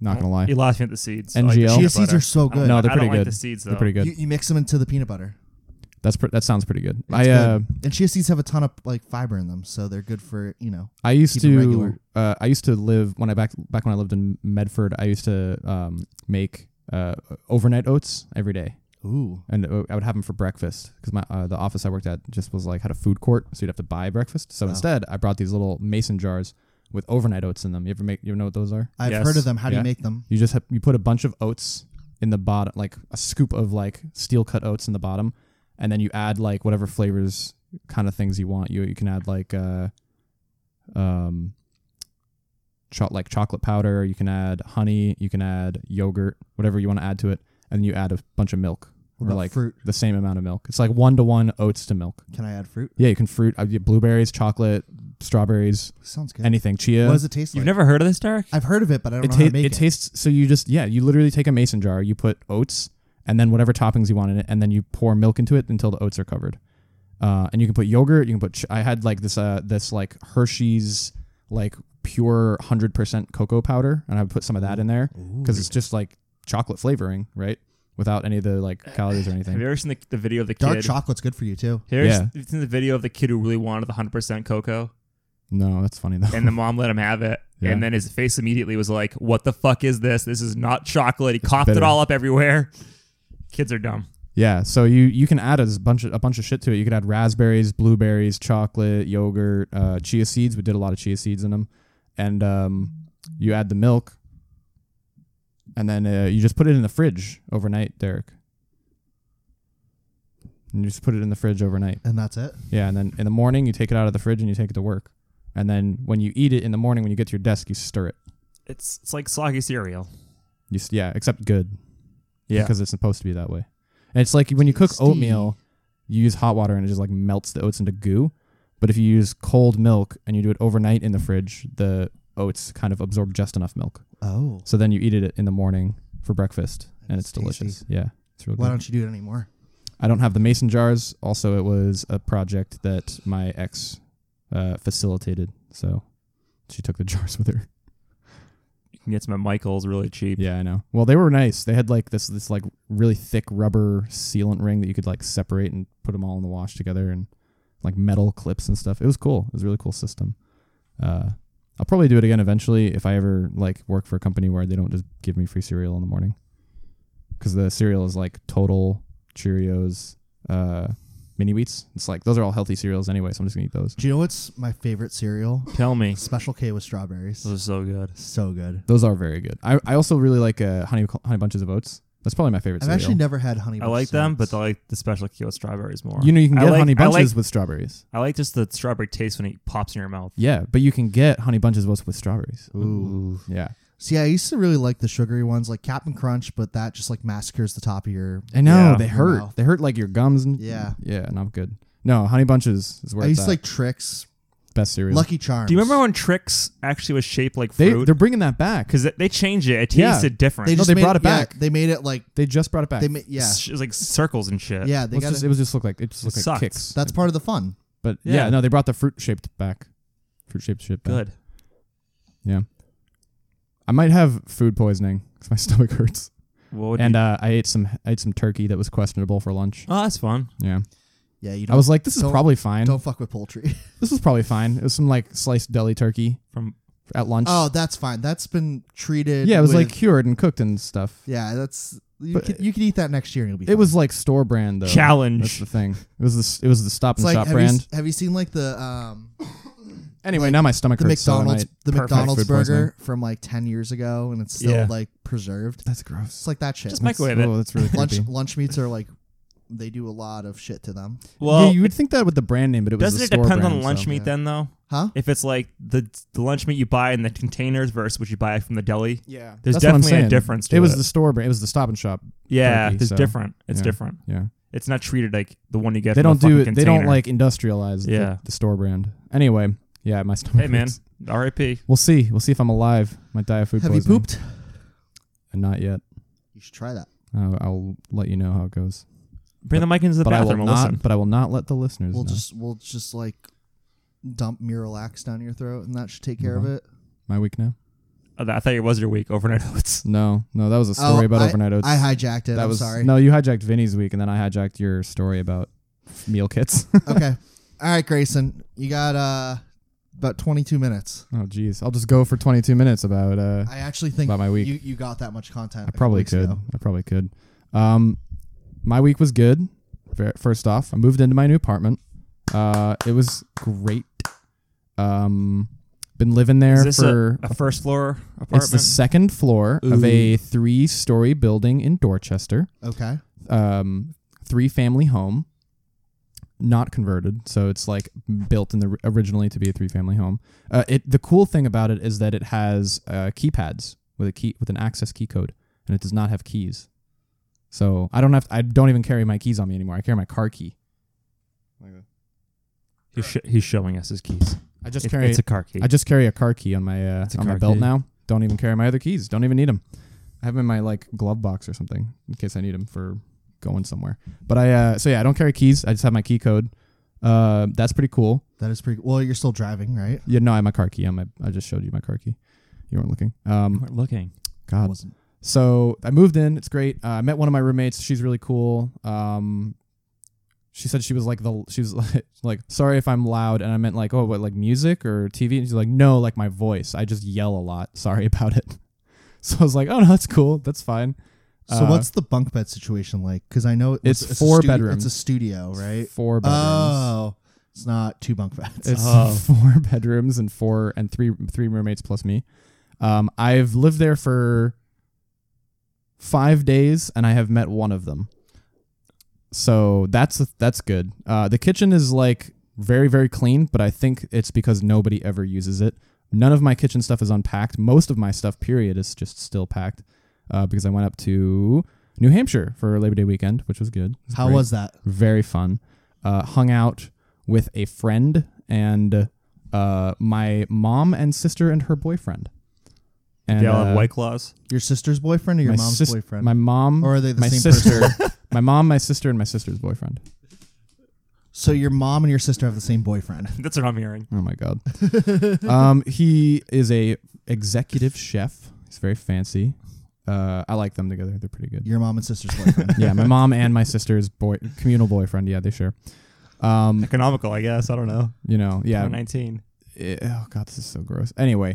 Speaker 3: Not gonna lie.
Speaker 1: You lost me at the seeds. I
Speaker 3: NGL?
Speaker 1: the
Speaker 2: chia
Speaker 3: peanut
Speaker 2: seeds
Speaker 1: butter.
Speaker 2: are so
Speaker 1: I don't-
Speaker 2: good.
Speaker 3: No, they're
Speaker 1: I don't
Speaker 3: pretty
Speaker 1: like
Speaker 3: good.
Speaker 1: the seeds though.
Speaker 3: They're pretty good.
Speaker 2: You, you mix them into the peanut butter.
Speaker 3: That's pr- that sounds pretty good.
Speaker 2: It's
Speaker 3: I uh,
Speaker 2: good. and chia seeds have a ton of like fiber in them, so they're good for you know.
Speaker 3: I used
Speaker 2: Keep it regular.
Speaker 3: to uh, I used to live when I back back when I lived in Medford. I used to um, make uh, overnight oats every day,
Speaker 2: Ooh,
Speaker 3: and uh, I would have them for breakfast because my uh, the office I worked at just was like had a food court, so you'd have to buy breakfast. So
Speaker 2: Wow.
Speaker 3: instead, I brought these little mason jars with overnight oats in them. You ever make you know what those are?
Speaker 2: I've
Speaker 1: Yes.
Speaker 2: heard of them. How do
Speaker 3: Yeah.
Speaker 2: you make them?
Speaker 3: You just have, you put a bunch of oats in the bottom, like a scoop of like steel cut oats in the bottom, and then you add like whatever flavors kind of things you want. You you can add like uh, um, cho- like chocolate powder. You can add honey. You can add yogurt. Whatever you want to add to it, and you add a bunch of milk
Speaker 2: What
Speaker 3: or
Speaker 2: about
Speaker 3: like
Speaker 2: fruit?
Speaker 3: the same amount of milk. It's like one to one oats to milk.
Speaker 2: Can I add fruit?
Speaker 3: Yeah, you can fruit uh, yeah, blueberries, chocolate, strawberries,
Speaker 2: Sounds good.
Speaker 3: anything, chia.
Speaker 2: what does it taste
Speaker 1: You've
Speaker 2: like?
Speaker 1: never heard of this, Derek?
Speaker 2: I've heard of it, but I don't
Speaker 3: it,
Speaker 2: know how to
Speaker 3: ta-
Speaker 2: make
Speaker 3: it,
Speaker 2: it.
Speaker 3: tastes so you just yeah you literally take a mason jar you put oats and then whatever toppings you want in it and then you pour milk into it until the oats are covered uh, and you can put yogurt you can put ch- i had like this uh this like hershey's like pure 100% cocoa powder and i would put some of that in there because it's just like chocolate flavoring right without any of the like calories or
Speaker 1: Have you
Speaker 3: anything
Speaker 1: ever seen the, the video of the
Speaker 2: Dark
Speaker 1: kid?
Speaker 2: chocolate's good for you too.
Speaker 1: Have you ever
Speaker 3: Yeah.
Speaker 1: s- seen the video of the kid who really wanted the 100% cocoa?
Speaker 3: no that's funny though
Speaker 1: and the mom let him have it.
Speaker 3: Yeah.
Speaker 1: And then his face immediately was like, "What the fuck is this? This is not chocolate." He coughed it
Speaker 3: bitter.
Speaker 1: all up everywhere. Kids are dumb.
Speaker 3: yeah so you you can add a s- bunch of a bunch of shit to it you could add raspberries blueberries chocolate yogurt uh, chia seeds we did a lot of chia seeds in them and um, you add the milk and then uh, you just put it in the fridge overnight derek and you just put it in the fridge overnight
Speaker 2: And that's it.
Speaker 3: yeah and then in the morning you take it out of the fridge and you take it to work and then when you eat it in the morning when you get to your desk you stir it
Speaker 1: It's it's like soggy cereal.
Speaker 3: you s- yeah, except good.
Speaker 1: Yeah.
Speaker 3: because it's supposed to be that way. And it's like when you cook
Speaker 2: Tasty.
Speaker 3: oatmeal, you use hot water and it just like melts the oats into goo. But if you use cold milk and you do it overnight in the fridge, the oats kind of absorb just enough milk.
Speaker 2: Oh,
Speaker 3: So then you eat it in the morning for breakfast, and
Speaker 2: That's
Speaker 3: it's delicious. Yeah, it's real
Speaker 2: why
Speaker 3: good.
Speaker 2: don't you do it anymore?
Speaker 3: I don't have the mason jars. Also, it was a project that my ex uh, facilitated, so she took the jars with her.
Speaker 1: can get some at Michael's really cheap.
Speaker 3: Yeah, I know. Well, they were nice. They had like this this like really thick rubber sealant ring that you could like separate and put them all in the wash together, and like metal clips and stuff. It was cool. It was a really cool system. Uh, I'll probably do it again eventually if I ever like work for a company where they don't just give me free cereal in the morning, because the cereal is like total Cheerios, uh, mini wheats. It's like those are all healthy cereals anyway, so I'm just gonna eat those.
Speaker 2: Do you know what's my favorite cereal?
Speaker 1: Tell me,
Speaker 2: Special K with strawberries.
Speaker 1: those are so good.
Speaker 2: So good.
Speaker 3: Those are very good. I, I also really like uh, honey honey bunches of oats. That's probably my favorite.
Speaker 2: I've
Speaker 3: cereal.
Speaker 2: actually never had honey.
Speaker 1: I
Speaker 2: bunches
Speaker 1: like
Speaker 2: of
Speaker 1: them,
Speaker 2: oats.
Speaker 1: but I like the special Kyoto strawberries more.
Speaker 3: You know, you can
Speaker 1: I
Speaker 3: get
Speaker 1: like-
Speaker 3: honey
Speaker 1: I like-
Speaker 3: bunches with strawberries.
Speaker 1: I like just the strawberry taste when it pops in your mouth.
Speaker 3: Yeah, but you can get honey bunches with, with strawberries. Mm-hmm.
Speaker 2: Ooh.
Speaker 3: Yeah.
Speaker 2: See, I used to really like the sugary ones, like Captain Crunch, but that just like massacres the top of your.
Speaker 3: I know
Speaker 1: Yeah.
Speaker 3: they hurt.
Speaker 2: Wow.
Speaker 3: They hurt like your gums and
Speaker 2: Yeah.
Speaker 3: yeah. Not good. No, honey bunches is where
Speaker 2: I
Speaker 3: it's
Speaker 2: used
Speaker 3: at.
Speaker 2: to like tricks,
Speaker 3: best cereal.
Speaker 2: Lucky Charms.
Speaker 1: Do you remember when Trix actually was shaped like
Speaker 3: they
Speaker 1: fruit?
Speaker 3: they're bringing that back
Speaker 1: Because they changed it. It
Speaker 3: Yeah.
Speaker 1: tasted different.
Speaker 2: they
Speaker 3: No,
Speaker 2: just
Speaker 3: they
Speaker 2: made
Speaker 3: brought it
Speaker 2: yeah,
Speaker 3: back.
Speaker 2: they made it like
Speaker 3: they just brought it back.
Speaker 2: they made yeah
Speaker 1: It's- It was like circles and shit.
Speaker 2: yeah they
Speaker 3: Well, it's
Speaker 2: got
Speaker 3: just, it was just look like it just looked
Speaker 1: It
Speaker 3: like
Speaker 1: sucked.
Speaker 3: kicks.
Speaker 2: That's part of the fun.
Speaker 3: but yeah.
Speaker 1: Yeah.
Speaker 3: no, they brought the fruit shaped back. Fruit shaped shit. Back.
Speaker 1: Good.
Speaker 3: I might have food poisoning because my stomach hurts,
Speaker 1: What would
Speaker 3: and
Speaker 1: you-
Speaker 3: uh, I ate some I ate some turkey that was questionable for lunch.
Speaker 1: oh, that's fun.
Speaker 3: Yeah,
Speaker 2: Yeah, you
Speaker 3: I
Speaker 2: don't.
Speaker 3: was like, this is
Speaker 2: don't-
Speaker 3: probably fine.
Speaker 2: don't fuck with poultry.
Speaker 3: This was probably fine. It was some like sliced deli turkey
Speaker 1: From
Speaker 3: at lunch.
Speaker 2: oh, that's fine. That's been treated.
Speaker 3: yeah, it was
Speaker 2: with-
Speaker 3: like cured and cooked and stuff.
Speaker 2: yeah, that's you
Speaker 3: But-
Speaker 2: could you could eat that next year and you'll be.
Speaker 3: It
Speaker 2: fine.
Speaker 3: was like store brand though. That's
Speaker 1: challenge.
Speaker 3: the thing. It was this. It was the Stop
Speaker 2: It's
Speaker 3: and
Speaker 2: like
Speaker 3: Shop
Speaker 2: have
Speaker 3: brand.
Speaker 2: You, s- have you seen like the um
Speaker 3: anyway, now my stomach
Speaker 2: the
Speaker 3: hurts. so I
Speaker 2: McDonald's
Speaker 3: might-
Speaker 2: the
Speaker 1: perfect
Speaker 2: McDonald's
Speaker 3: food poisoning.
Speaker 2: burger from like ten years ago and it's still
Speaker 1: Yeah.
Speaker 2: like preserved?
Speaker 3: that's gross.
Speaker 2: It's like that shit.
Speaker 1: Just microwave it.
Speaker 3: oh, that's really
Speaker 2: lunch
Speaker 3: creepy.
Speaker 2: lunch meats are like they do a lot of shit to them.
Speaker 1: Well,
Speaker 3: yeah, you would think that with the brand name, but it was
Speaker 1: doesn't
Speaker 3: the
Speaker 1: it
Speaker 3: store
Speaker 1: depend on
Speaker 3: brand,
Speaker 1: the lunch
Speaker 3: so-
Speaker 1: meat then, though?
Speaker 2: Huh?
Speaker 1: If it's like the the lunch meat you buy in the containers versus what you buy from the deli,
Speaker 3: Yeah,
Speaker 1: There's
Speaker 3: That's what I'm
Speaker 1: definitely a
Speaker 3: saying.
Speaker 1: difference to
Speaker 3: it was
Speaker 1: it.
Speaker 3: the store brand. It was the Stop and Shop.
Speaker 1: yeah,
Speaker 3: Turkey,
Speaker 1: it's
Speaker 3: so,
Speaker 1: different. It's
Speaker 3: yeah.
Speaker 1: different.
Speaker 3: Yeah,
Speaker 1: It's not treated like the one you get.
Speaker 3: they
Speaker 1: from
Speaker 3: don't
Speaker 1: the
Speaker 3: do it.
Speaker 1: fucking
Speaker 3: They don't
Speaker 1: container.
Speaker 3: like industrialize. the-
Speaker 1: Yeah.
Speaker 3: The, store brand. Anyway, yeah, my stomach.
Speaker 1: Hey, man.
Speaker 3: hurts.
Speaker 1: R.I.P.
Speaker 3: We'll see. We'll see if I'm alive. Might die of food
Speaker 2: Have you
Speaker 3: poisoning.
Speaker 2: pooped?
Speaker 3: And not yet.
Speaker 2: You should try that.
Speaker 3: I'll, I'll let you know how it goes.
Speaker 1: Bring the mic into the
Speaker 3: but I will
Speaker 1: bathroom and
Speaker 3: not.
Speaker 1: listen.
Speaker 3: But I will not let the listeners
Speaker 2: We'll
Speaker 3: know.
Speaker 2: just we'll just like dump Miralax down your throat and that should take care of
Speaker 3: Mhm.
Speaker 2: it.
Speaker 3: My week now.
Speaker 1: Oh, that- I thought it was your week. Overnight oats.
Speaker 3: No, no, that was a story
Speaker 2: Oh,
Speaker 3: about
Speaker 2: I-
Speaker 3: overnight oats.
Speaker 2: I hijacked it.
Speaker 3: that
Speaker 2: I'm
Speaker 3: was
Speaker 2: sorry.
Speaker 3: no, you hijacked Vinny's week, and then I hijacked your story about meal kits.
Speaker 2: okay. All right, Grayson. You got uh about 22 minutes.
Speaker 3: oh, geez, I'll just go for 22 minutes about. Uh,
Speaker 2: I actually think
Speaker 3: About my week.
Speaker 2: You, you got that much content.
Speaker 3: I probably could. I probably could. Um, my week was good. Fir- First off, I moved into my new apartment. Uh, it was great. Um, been living there
Speaker 1: Is this
Speaker 3: for
Speaker 1: a, a first floor
Speaker 3: it's the
Speaker 1: apartment?
Speaker 3: second floor of a three-story building in Dorchester.
Speaker 2: Okay.
Speaker 3: um, three family home, not converted. So it's like built in the originally to be a three family home. Uh, it the cool thing about it is that it has uh, keypads with a key with an access key code, and it does not have keys. So I don't have I don't even carry my keys on me anymore. I carry my car key.
Speaker 1: he's, sh- he's showing us his keys.
Speaker 3: I just
Speaker 1: It-
Speaker 3: carry
Speaker 1: it's a car key.
Speaker 3: I just carry a car key on my uh,
Speaker 1: It's a
Speaker 3: on my
Speaker 1: car
Speaker 3: belt
Speaker 1: key.
Speaker 3: now. Don't even carry my other keys. Don't even need them. I have them in my like glove box or something in case I need them for going somewhere. But I uh, so yeah, I don't carry keys. I just have my key code. Uh, that's pretty cool.
Speaker 2: That is pretty Well, you're still driving, right?
Speaker 3: Yeah, no, I have my car key. on my I just showed you my car key. You weren't looking. Um,
Speaker 1: We're looking.
Speaker 2: I
Speaker 3: God.
Speaker 2: wasn't.
Speaker 3: So I moved in. It's great. Uh, I met one of my roommates. She's really cool. Um, she said she was like the she was like, like sorry if I'm loud, and I meant like oh what like music or TV, and she's like no like my voice. I just yell a lot. Sorry about it. So I was like oh no that's cool that's fine.
Speaker 2: So
Speaker 3: Uh,
Speaker 2: what's the bunk bed situation like? Because I know it was-
Speaker 3: It's
Speaker 2: a
Speaker 3: four
Speaker 2: stu- It's
Speaker 3: bedrooms.
Speaker 2: a studio, right?
Speaker 3: Four bedrooms.
Speaker 2: Oh, it's not two bunk beds.
Speaker 3: It's
Speaker 1: Oh.
Speaker 3: four bedrooms and four and three three roommates plus me. Um, I've lived there for five days and I have met one of them. So that's that's good. Uh, the kitchen is like very very clean, but I think it's because nobody ever uses it. None of my kitchen stuff is unpacked. Most of my stuff, period, is just still packed uh, because I went up to New Hampshire for Labor Day weekend, which was good. It
Speaker 2: How
Speaker 3: great
Speaker 2: was that?
Speaker 3: very fun. Uh, hung out with a friend and uh, my mom and sister and her boyfriend. And,
Speaker 1: They all have
Speaker 3: uh,
Speaker 1: white claws.
Speaker 2: Your sister's boyfriend or your
Speaker 3: my
Speaker 2: mom's
Speaker 3: sis-
Speaker 2: boyfriend?
Speaker 3: My mom,
Speaker 2: or are they the
Speaker 3: my
Speaker 2: same
Speaker 3: sister,
Speaker 2: person?
Speaker 3: my mom, my sister, and my sister's boyfriend.
Speaker 2: So your mom and your sister have the same boyfriend.
Speaker 1: That's what I'm hearing.
Speaker 3: Oh my god. um, he is a executive chef. He's very fancy. Uh, I like them together. They're pretty good.
Speaker 2: Your mom and sister's boyfriend.
Speaker 3: yeah, my mom and my sister's boy communal boyfriend. Yeah, they share. Um,
Speaker 1: Economical, I guess. I don't know.
Speaker 3: you know, yeah.
Speaker 1: 19.
Speaker 3: Eh, oh god, this is so gross. Anyway,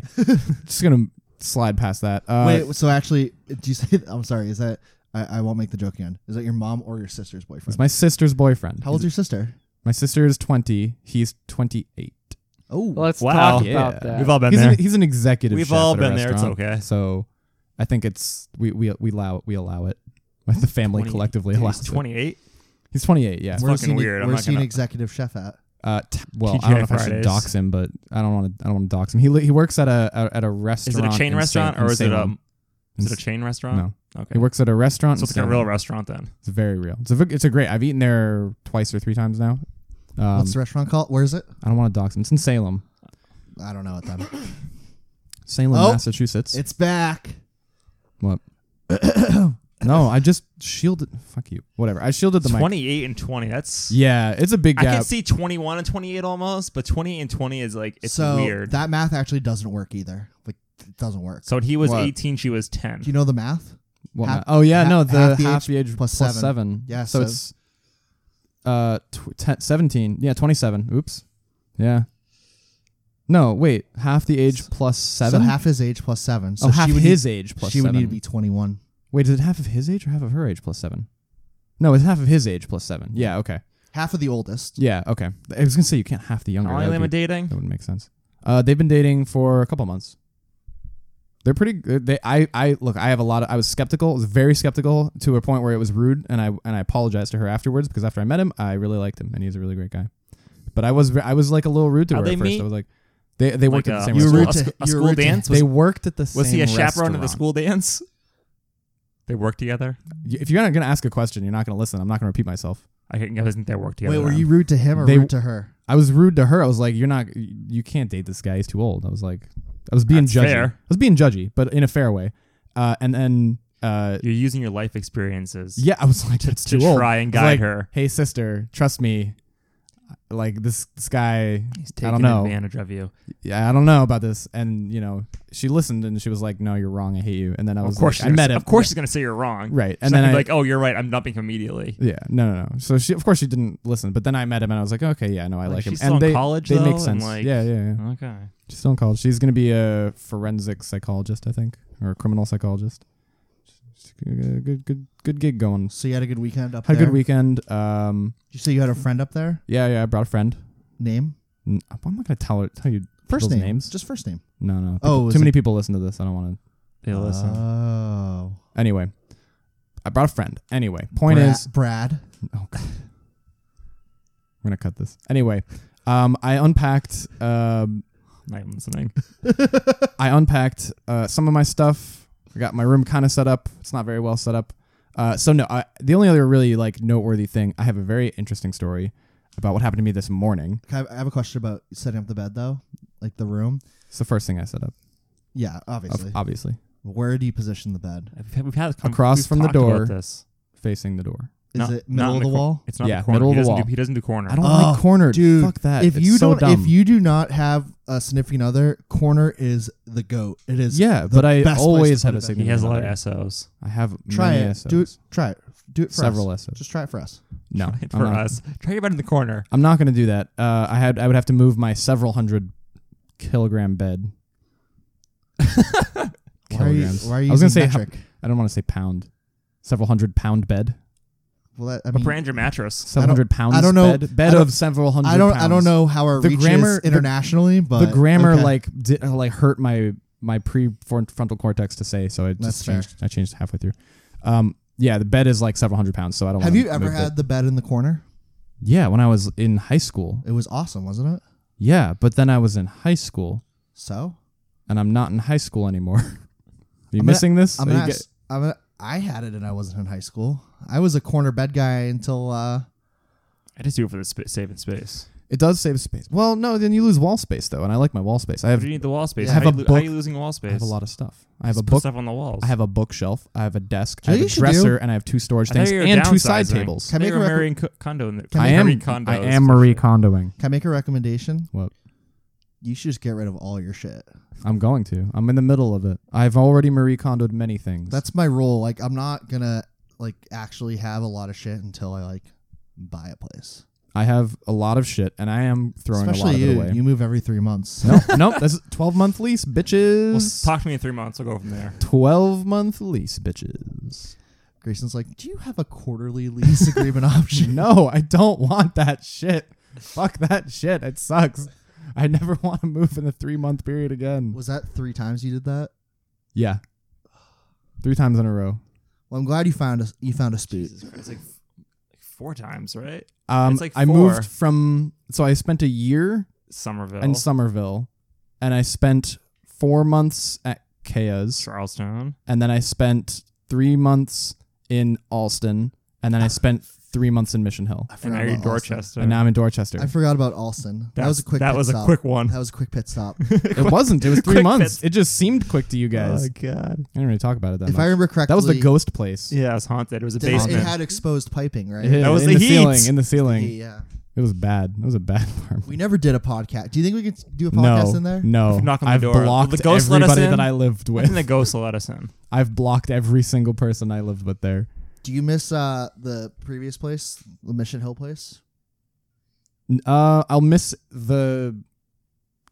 Speaker 3: just gonna slide past that. Uh,
Speaker 2: Wait, so actually, do you say? I'm sorry. Is that I, I won't make the joke again? Is that your mom or your sister's boyfriend?
Speaker 3: it's my sister's boyfriend.
Speaker 2: How old's your sister?
Speaker 3: my sister is twenty. He's twenty eight.
Speaker 2: Oh,
Speaker 4: Let's
Speaker 1: Wow.
Speaker 4: talk
Speaker 3: Yeah.
Speaker 4: about that.
Speaker 1: We've all been
Speaker 3: He's
Speaker 1: there.
Speaker 3: an, he's an executive.
Speaker 1: We've
Speaker 3: chef
Speaker 1: all
Speaker 3: at a
Speaker 1: been there. It's
Speaker 3: restaurant,
Speaker 1: okay.
Speaker 3: So, I think it's we we we allow we allow it. The family
Speaker 1: 20
Speaker 3: collectively
Speaker 1: Dude,
Speaker 3: allows
Speaker 1: He's
Speaker 3: it.
Speaker 1: 28.
Speaker 3: He's twenty eight. Yeah.
Speaker 1: It's
Speaker 2: where's
Speaker 1: fucking
Speaker 2: he, an-
Speaker 1: weird. I'm
Speaker 2: Where's
Speaker 1: not
Speaker 2: he an
Speaker 1: gonna-
Speaker 2: executive chef at?
Speaker 3: Uh, t- well, I
Speaker 1: TGI
Speaker 3: don't know if I should
Speaker 1: Fridays.
Speaker 3: dox him, but I don't want to. I don't want to dox him. He li- he works at a, a at a
Speaker 1: Is
Speaker 3: restaurant.
Speaker 1: it a chain
Speaker 3: in
Speaker 1: restaurant
Speaker 3: Sa- in
Speaker 1: or is it a
Speaker 3: Salem.
Speaker 1: is it a chain restaurant?
Speaker 3: No,
Speaker 1: Okay.
Speaker 3: he works at a restaurant.
Speaker 1: So
Speaker 3: in
Speaker 1: it's like a
Speaker 3: Salem.
Speaker 1: real restaurant then.
Speaker 3: It's very real. It's a v- it's a great. I've eaten there twice or three times now. Um,
Speaker 2: What's the restaurant called? Where is it?
Speaker 3: I don't want to dox him. It's in Salem,
Speaker 2: I don't know it then.
Speaker 3: Salem,
Speaker 2: Oh,
Speaker 3: Massachusetts.
Speaker 2: it's back.
Speaker 3: what? no, I just shielded. Fuck you. Whatever. I shielded the mic.
Speaker 1: 28 and 20. That's
Speaker 3: Yeah, it's a big
Speaker 1: I
Speaker 3: gap.
Speaker 1: can see 21 and 28 almost, but 20 and 20 is like it's
Speaker 2: so
Speaker 1: weird.
Speaker 2: that math actually doesn't work either. Like it doesn't work.
Speaker 1: so he was
Speaker 3: What?
Speaker 1: 18, she was 10.
Speaker 2: do you know the math?
Speaker 3: What
Speaker 2: Half-
Speaker 3: ma- oh yeah,
Speaker 2: ha-
Speaker 3: no, the
Speaker 2: half the
Speaker 3: half
Speaker 2: age
Speaker 3: the age
Speaker 2: plus
Speaker 3: plus
Speaker 2: seven.
Speaker 3: seven.
Speaker 2: Yeah,
Speaker 3: so
Speaker 2: so-
Speaker 3: it's uh tw- te- seventeen. Yeah, twenty seven. Oops. Yeah. No, wait. Half the age plus seven.
Speaker 2: So half his age plus seven. So
Speaker 3: oh, half
Speaker 2: she would
Speaker 3: his
Speaker 2: need,
Speaker 3: age plus
Speaker 2: She
Speaker 3: seven.
Speaker 2: would need to be 21.
Speaker 3: wait, is it half of his age or half of her age plus seven? No, it's half of his age plus seven. Yeah. Okay.
Speaker 2: Half of the oldest.
Speaker 3: Yeah. Okay. I was gonna say you can't half the younger.
Speaker 1: How long
Speaker 3: That
Speaker 1: have
Speaker 3: would
Speaker 1: they been
Speaker 3: be-
Speaker 1: dating?
Speaker 3: that wouldn't make sense. Uh, they've been dating for a couple months. They're pretty. They, I, I look. I have a lot of. I was skeptical. I was very skeptical to a point where it was rude, and I and I apologized to her afterwards because after I met him, I really liked him, and he's a really great guy. But I was ve- I was like a little rude to
Speaker 1: How'd
Speaker 3: her
Speaker 1: they
Speaker 3: at first.
Speaker 1: meet?
Speaker 3: I was like, they they worked
Speaker 1: Like uh,
Speaker 3: at
Speaker 1: a-
Speaker 3: the same
Speaker 2: You were
Speaker 1: school-
Speaker 2: rude
Speaker 1: a
Speaker 3: restaurant.
Speaker 1: sc-
Speaker 2: to-
Speaker 1: a
Speaker 2: you were
Speaker 1: school
Speaker 2: rude to
Speaker 1: dance?
Speaker 3: They worked at the same.
Speaker 1: Was he a chaperone at the
Speaker 3: restaurant.
Speaker 1: school dance? They worked together.
Speaker 3: Y- If you're not gonna ask a question, you're not gonna listen. I'm not gonna repeat myself.
Speaker 1: I think I wasn't they worked together.
Speaker 2: Wait, were
Speaker 1: then.
Speaker 2: you rude to him or
Speaker 3: They-
Speaker 2: rude to her?
Speaker 3: I was rude to her. I was like, "You're not. You can't date this guy. He's too old." I was like, I was being
Speaker 1: That's
Speaker 3: judgy.
Speaker 1: fair.
Speaker 3: I was being judgy, but in a fair way. Uh, and then, uh,
Speaker 1: You're using your life experiences.
Speaker 3: yeah, I was like,
Speaker 1: To,
Speaker 3: "That's
Speaker 1: to
Speaker 3: too old."
Speaker 1: try and
Speaker 3: I was
Speaker 1: guide
Speaker 3: like,
Speaker 1: her.
Speaker 3: Hey, sister, trust me. Like this, this guy.
Speaker 1: He's
Speaker 3: I
Speaker 1: taking
Speaker 3: don't know.
Speaker 1: advantage of you.
Speaker 3: Yeah, I don't know about this. And you know, she listened and she was like, "No, you're wrong. I hate you." And then I was,
Speaker 1: of course,
Speaker 3: like, I
Speaker 1: she's gonna
Speaker 3: met
Speaker 1: say-
Speaker 3: him.
Speaker 1: Of course, she's gonna say you're wrong.
Speaker 3: right.
Speaker 1: She's
Speaker 3: And
Speaker 1: not
Speaker 3: then
Speaker 1: gonna
Speaker 3: I
Speaker 1: be like, oh, you're right. I'm dumping him immediately.
Speaker 3: Yeah, no, no, no. So she, of course, she didn't listen. But then I met him, and I was like, okay, yeah, no, I
Speaker 1: Like,
Speaker 3: like, him.
Speaker 1: she's
Speaker 3: and
Speaker 1: still in
Speaker 3: they,
Speaker 1: college,
Speaker 3: they
Speaker 1: though,
Speaker 3: make
Speaker 1: and,
Speaker 3: sense.
Speaker 1: like-
Speaker 3: yeah, yeah, yeah.
Speaker 1: Okay.
Speaker 3: She's still in college. She's going to be a forensic psychologist, I think, or a criminal psychologist. She's got a Good, good, good gig going.
Speaker 2: So you had a good weekend up
Speaker 3: Had a
Speaker 2: there?
Speaker 3: good weekend. Um,
Speaker 2: Did you say you had a friend up there?
Speaker 3: yeah, yeah. I brought a friend.
Speaker 2: Name?
Speaker 3: N- I'm not going to tell her, tell you
Speaker 2: First
Speaker 3: people's
Speaker 2: name.
Speaker 3: names.
Speaker 2: Just first name.
Speaker 3: no, no.
Speaker 2: Oh,
Speaker 3: People-
Speaker 2: is
Speaker 3: too many
Speaker 2: it-
Speaker 3: people listen to this. I don't want
Speaker 1: Yeah, listen.
Speaker 2: Oh.
Speaker 3: to. Anyway, I brought a friend. Anyway, point
Speaker 2: Bra-
Speaker 3: is,
Speaker 2: Brad.
Speaker 3: Oh god. We're gonna cut this. Anyway, um, I unpacked um,
Speaker 1: Not even listening.
Speaker 3: I unpacked uh, some of my stuff. I got my room kind of set up. It's not very well set up. Uh, so no, I, the only other really like noteworthy thing, I have a very interesting story about what happened to me this morning.
Speaker 2: Can I I have a question about setting up the bed though, like the room.
Speaker 3: It's the first thing I set up,
Speaker 2: Yeah,
Speaker 3: of-
Speaker 2: obviously.
Speaker 3: obviously
Speaker 2: Where do you position the bed?
Speaker 1: We've had- we've had com-
Speaker 3: Across
Speaker 1: we've
Speaker 3: from the
Speaker 1: talked about
Speaker 3: door.
Speaker 1: This.
Speaker 3: facing the door.
Speaker 2: Is
Speaker 1: Not-
Speaker 2: it
Speaker 1: not
Speaker 2: middle
Speaker 1: in
Speaker 2: of the
Speaker 1: cor-
Speaker 2: wall?
Speaker 1: It's not
Speaker 3: Yeah,
Speaker 1: the corner.
Speaker 3: middle
Speaker 1: he
Speaker 3: of the
Speaker 1: doesn't
Speaker 3: wall.
Speaker 1: Do, he doesn't do corner.
Speaker 3: I don't
Speaker 2: Oh,
Speaker 3: like cornered.
Speaker 2: dude,
Speaker 3: Fuck that.
Speaker 2: If
Speaker 3: It's
Speaker 2: you
Speaker 3: so
Speaker 2: don't,
Speaker 3: dumb.
Speaker 2: if you do not have a significant other, corner is the goat. It is.
Speaker 3: yeah,
Speaker 2: the
Speaker 3: but I
Speaker 2: best place
Speaker 3: always
Speaker 2: to put
Speaker 3: had
Speaker 2: it
Speaker 3: a
Speaker 2: back.
Speaker 1: he
Speaker 3: significant.
Speaker 1: has a lot
Speaker 3: other.
Speaker 1: of SOs.
Speaker 3: I have
Speaker 2: Try
Speaker 3: many
Speaker 2: it.
Speaker 3: SOs.
Speaker 2: Do it. Try it. Do it for
Speaker 3: Several
Speaker 2: us.
Speaker 3: SOs.
Speaker 2: Just try it for us.
Speaker 3: No,
Speaker 1: Try it
Speaker 3: I'm
Speaker 1: for
Speaker 3: not-
Speaker 1: us. Try your bed in the corner.
Speaker 3: I'm not going to do that. Uh, I had I would have to move my several hundred kilogram bed.
Speaker 2: Why are you?
Speaker 3: Kilograms.
Speaker 2: Why are you
Speaker 3: I was gonna
Speaker 2: using
Speaker 3: say how-
Speaker 2: metric?
Speaker 3: I don't want to say pound. Several hundred pound bed.
Speaker 2: well, that, I
Speaker 1: But
Speaker 2: mean,
Speaker 1: brand your mattress.
Speaker 3: Several hundred pounds.
Speaker 2: I don't know-
Speaker 3: Bed, bed
Speaker 2: I don't-
Speaker 3: of several hundred.
Speaker 2: I don't. I
Speaker 3: pounds.
Speaker 2: don't know how our
Speaker 3: The
Speaker 2: reach
Speaker 3: grammar-
Speaker 2: is
Speaker 3: the-
Speaker 2: internationally, but
Speaker 3: the grammar
Speaker 2: okay.
Speaker 3: like did, uh, like hurt my my prefrontal cortex to say. So I
Speaker 2: That's
Speaker 3: just
Speaker 2: fair.
Speaker 3: changed. I changed halfway through. Um, yeah, the bed is like several hundred pounds. So I don't.
Speaker 2: Have
Speaker 3: wanna
Speaker 2: you ever
Speaker 3: move it.
Speaker 2: had the bed in the corner?
Speaker 3: Yeah, when I was in high school.
Speaker 2: It was awesome, wasn't it?
Speaker 3: Yeah, but then I was in high school,
Speaker 2: So
Speaker 3: and I'm not in high school anymore. Are you
Speaker 2: I'm gonna-
Speaker 3: missing this?
Speaker 2: I'm
Speaker 3: Are you
Speaker 2: gonna,
Speaker 3: get-
Speaker 2: ask- I'm gonna, I had it and I wasn't in high school. I was a corner bed guy until uh,
Speaker 1: I just do it for the sp- saving space.
Speaker 3: It does save space. Well, no, then you lose wall space though, and I like my wall space. I
Speaker 1: What
Speaker 3: have
Speaker 1: do you need the wall space?
Speaker 3: I
Speaker 1: How
Speaker 3: have
Speaker 1: do you
Speaker 3: a
Speaker 1: lo- how are
Speaker 3: book.
Speaker 1: you losing wall space?
Speaker 3: I have a lot of stuff. I have a
Speaker 1: Just put
Speaker 3: book.
Speaker 1: stuff on the walls.
Speaker 3: I have a bookshelf. I have a desk.
Speaker 2: Yeah,
Speaker 3: I have
Speaker 2: you
Speaker 3: a
Speaker 2: should do.
Speaker 3: dresser, and I have two storage
Speaker 1: I thought
Speaker 3: things
Speaker 1: you were
Speaker 3: and two side
Speaker 1: downsizing.
Speaker 3: tables.
Speaker 2: Can I
Speaker 1: I think
Speaker 2: make a
Speaker 1: you're
Speaker 2: rec-
Speaker 1: marrying co- condo in the
Speaker 2: Can
Speaker 3: I
Speaker 1: Marie
Speaker 3: am.
Speaker 1: Kondo
Speaker 3: I
Speaker 1: is
Speaker 3: am
Speaker 1: for
Speaker 3: Marie
Speaker 1: sure.
Speaker 3: Kondoing.
Speaker 2: can I make a recommendation?
Speaker 3: What?
Speaker 2: you should just get rid of all your shit.
Speaker 3: I'm going to. I'm in the middle of it. I've already Marie Kondoed many things.
Speaker 2: That's my rule. Like I'm not gonna like actually have a lot of shit until I like buy a place.
Speaker 3: I have a lot of shit, and I am throwing
Speaker 2: Especially
Speaker 3: a lot
Speaker 2: you.
Speaker 3: of it away.
Speaker 2: You move every three months.
Speaker 3: no, no, that's twelve month lease,
Speaker 1: Well,
Speaker 3: bitches.
Speaker 1: talk to me in three months. I'll go from there.
Speaker 3: Twelve month lease, bitches.
Speaker 2: Grayson's like, do you have a quarterly lease agreement option?
Speaker 3: No, I don't want that shit. Fuck that shit. It sucks. I never want to move in a three month period again.
Speaker 2: Was that three times you did that?
Speaker 3: Yeah, three times in a row.
Speaker 2: Well, I'm glad you found a you found a spoot.
Speaker 1: Jesus Christ, like f- like four times, right?
Speaker 3: Um,
Speaker 1: It's like
Speaker 3: I
Speaker 1: four.
Speaker 3: moved from so I spent a year
Speaker 1: Somerville
Speaker 3: in Somerville, and I spent four months at Kaya's,
Speaker 1: Charlestown.
Speaker 3: and then I spent three months in Alston, and then I spent three months in Mission Hill,
Speaker 2: I forgot
Speaker 1: And now you're in
Speaker 2: about Alston.
Speaker 1: Dorchester.
Speaker 3: and now I'm in Dorchester.
Speaker 2: I forgot about Alston. That
Speaker 1: That's-
Speaker 2: was a quick.
Speaker 1: That
Speaker 2: pit
Speaker 1: was a
Speaker 2: stop.
Speaker 1: quick one.
Speaker 2: That was a quick pit stop.
Speaker 3: it wasn't. It was three
Speaker 1: Quick
Speaker 3: months.
Speaker 1: bits.
Speaker 3: It just seemed quick to you guys.
Speaker 1: Oh god.
Speaker 3: I didn't really talk about it that
Speaker 2: if
Speaker 3: much.
Speaker 2: I remember correctly,
Speaker 3: that was the ghost place.
Speaker 1: Yeah, it was haunted. It was a
Speaker 2: did- It
Speaker 1: basement.
Speaker 2: had exposed piping, right?
Speaker 3: Yeah,
Speaker 1: That was
Speaker 3: in
Speaker 1: the
Speaker 3: the,
Speaker 1: heat.
Speaker 3: ceiling. In the ceiling,
Speaker 2: Yeah.
Speaker 3: it was bad. It was a bad apartment.
Speaker 2: We never did a podcast. Do you think we could do a podcast
Speaker 3: No,
Speaker 2: in there?
Speaker 3: no.
Speaker 1: If you knock on the
Speaker 3: I've
Speaker 1: door,
Speaker 3: blocked
Speaker 1: the ghost let us
Speaker 3: everybody
Speaker 1: in?
Speaker 3: that I lived
Speaker 1: I think
Speaker 3: with.
Speaker 1: the ghost will let us in.
Speaker 3: I've blocked every single person I lived with there.
Speaker 2: Do you miss uh, the previous place, the Mission Hill place?
Speaker 3: N- Uh, I'll miss the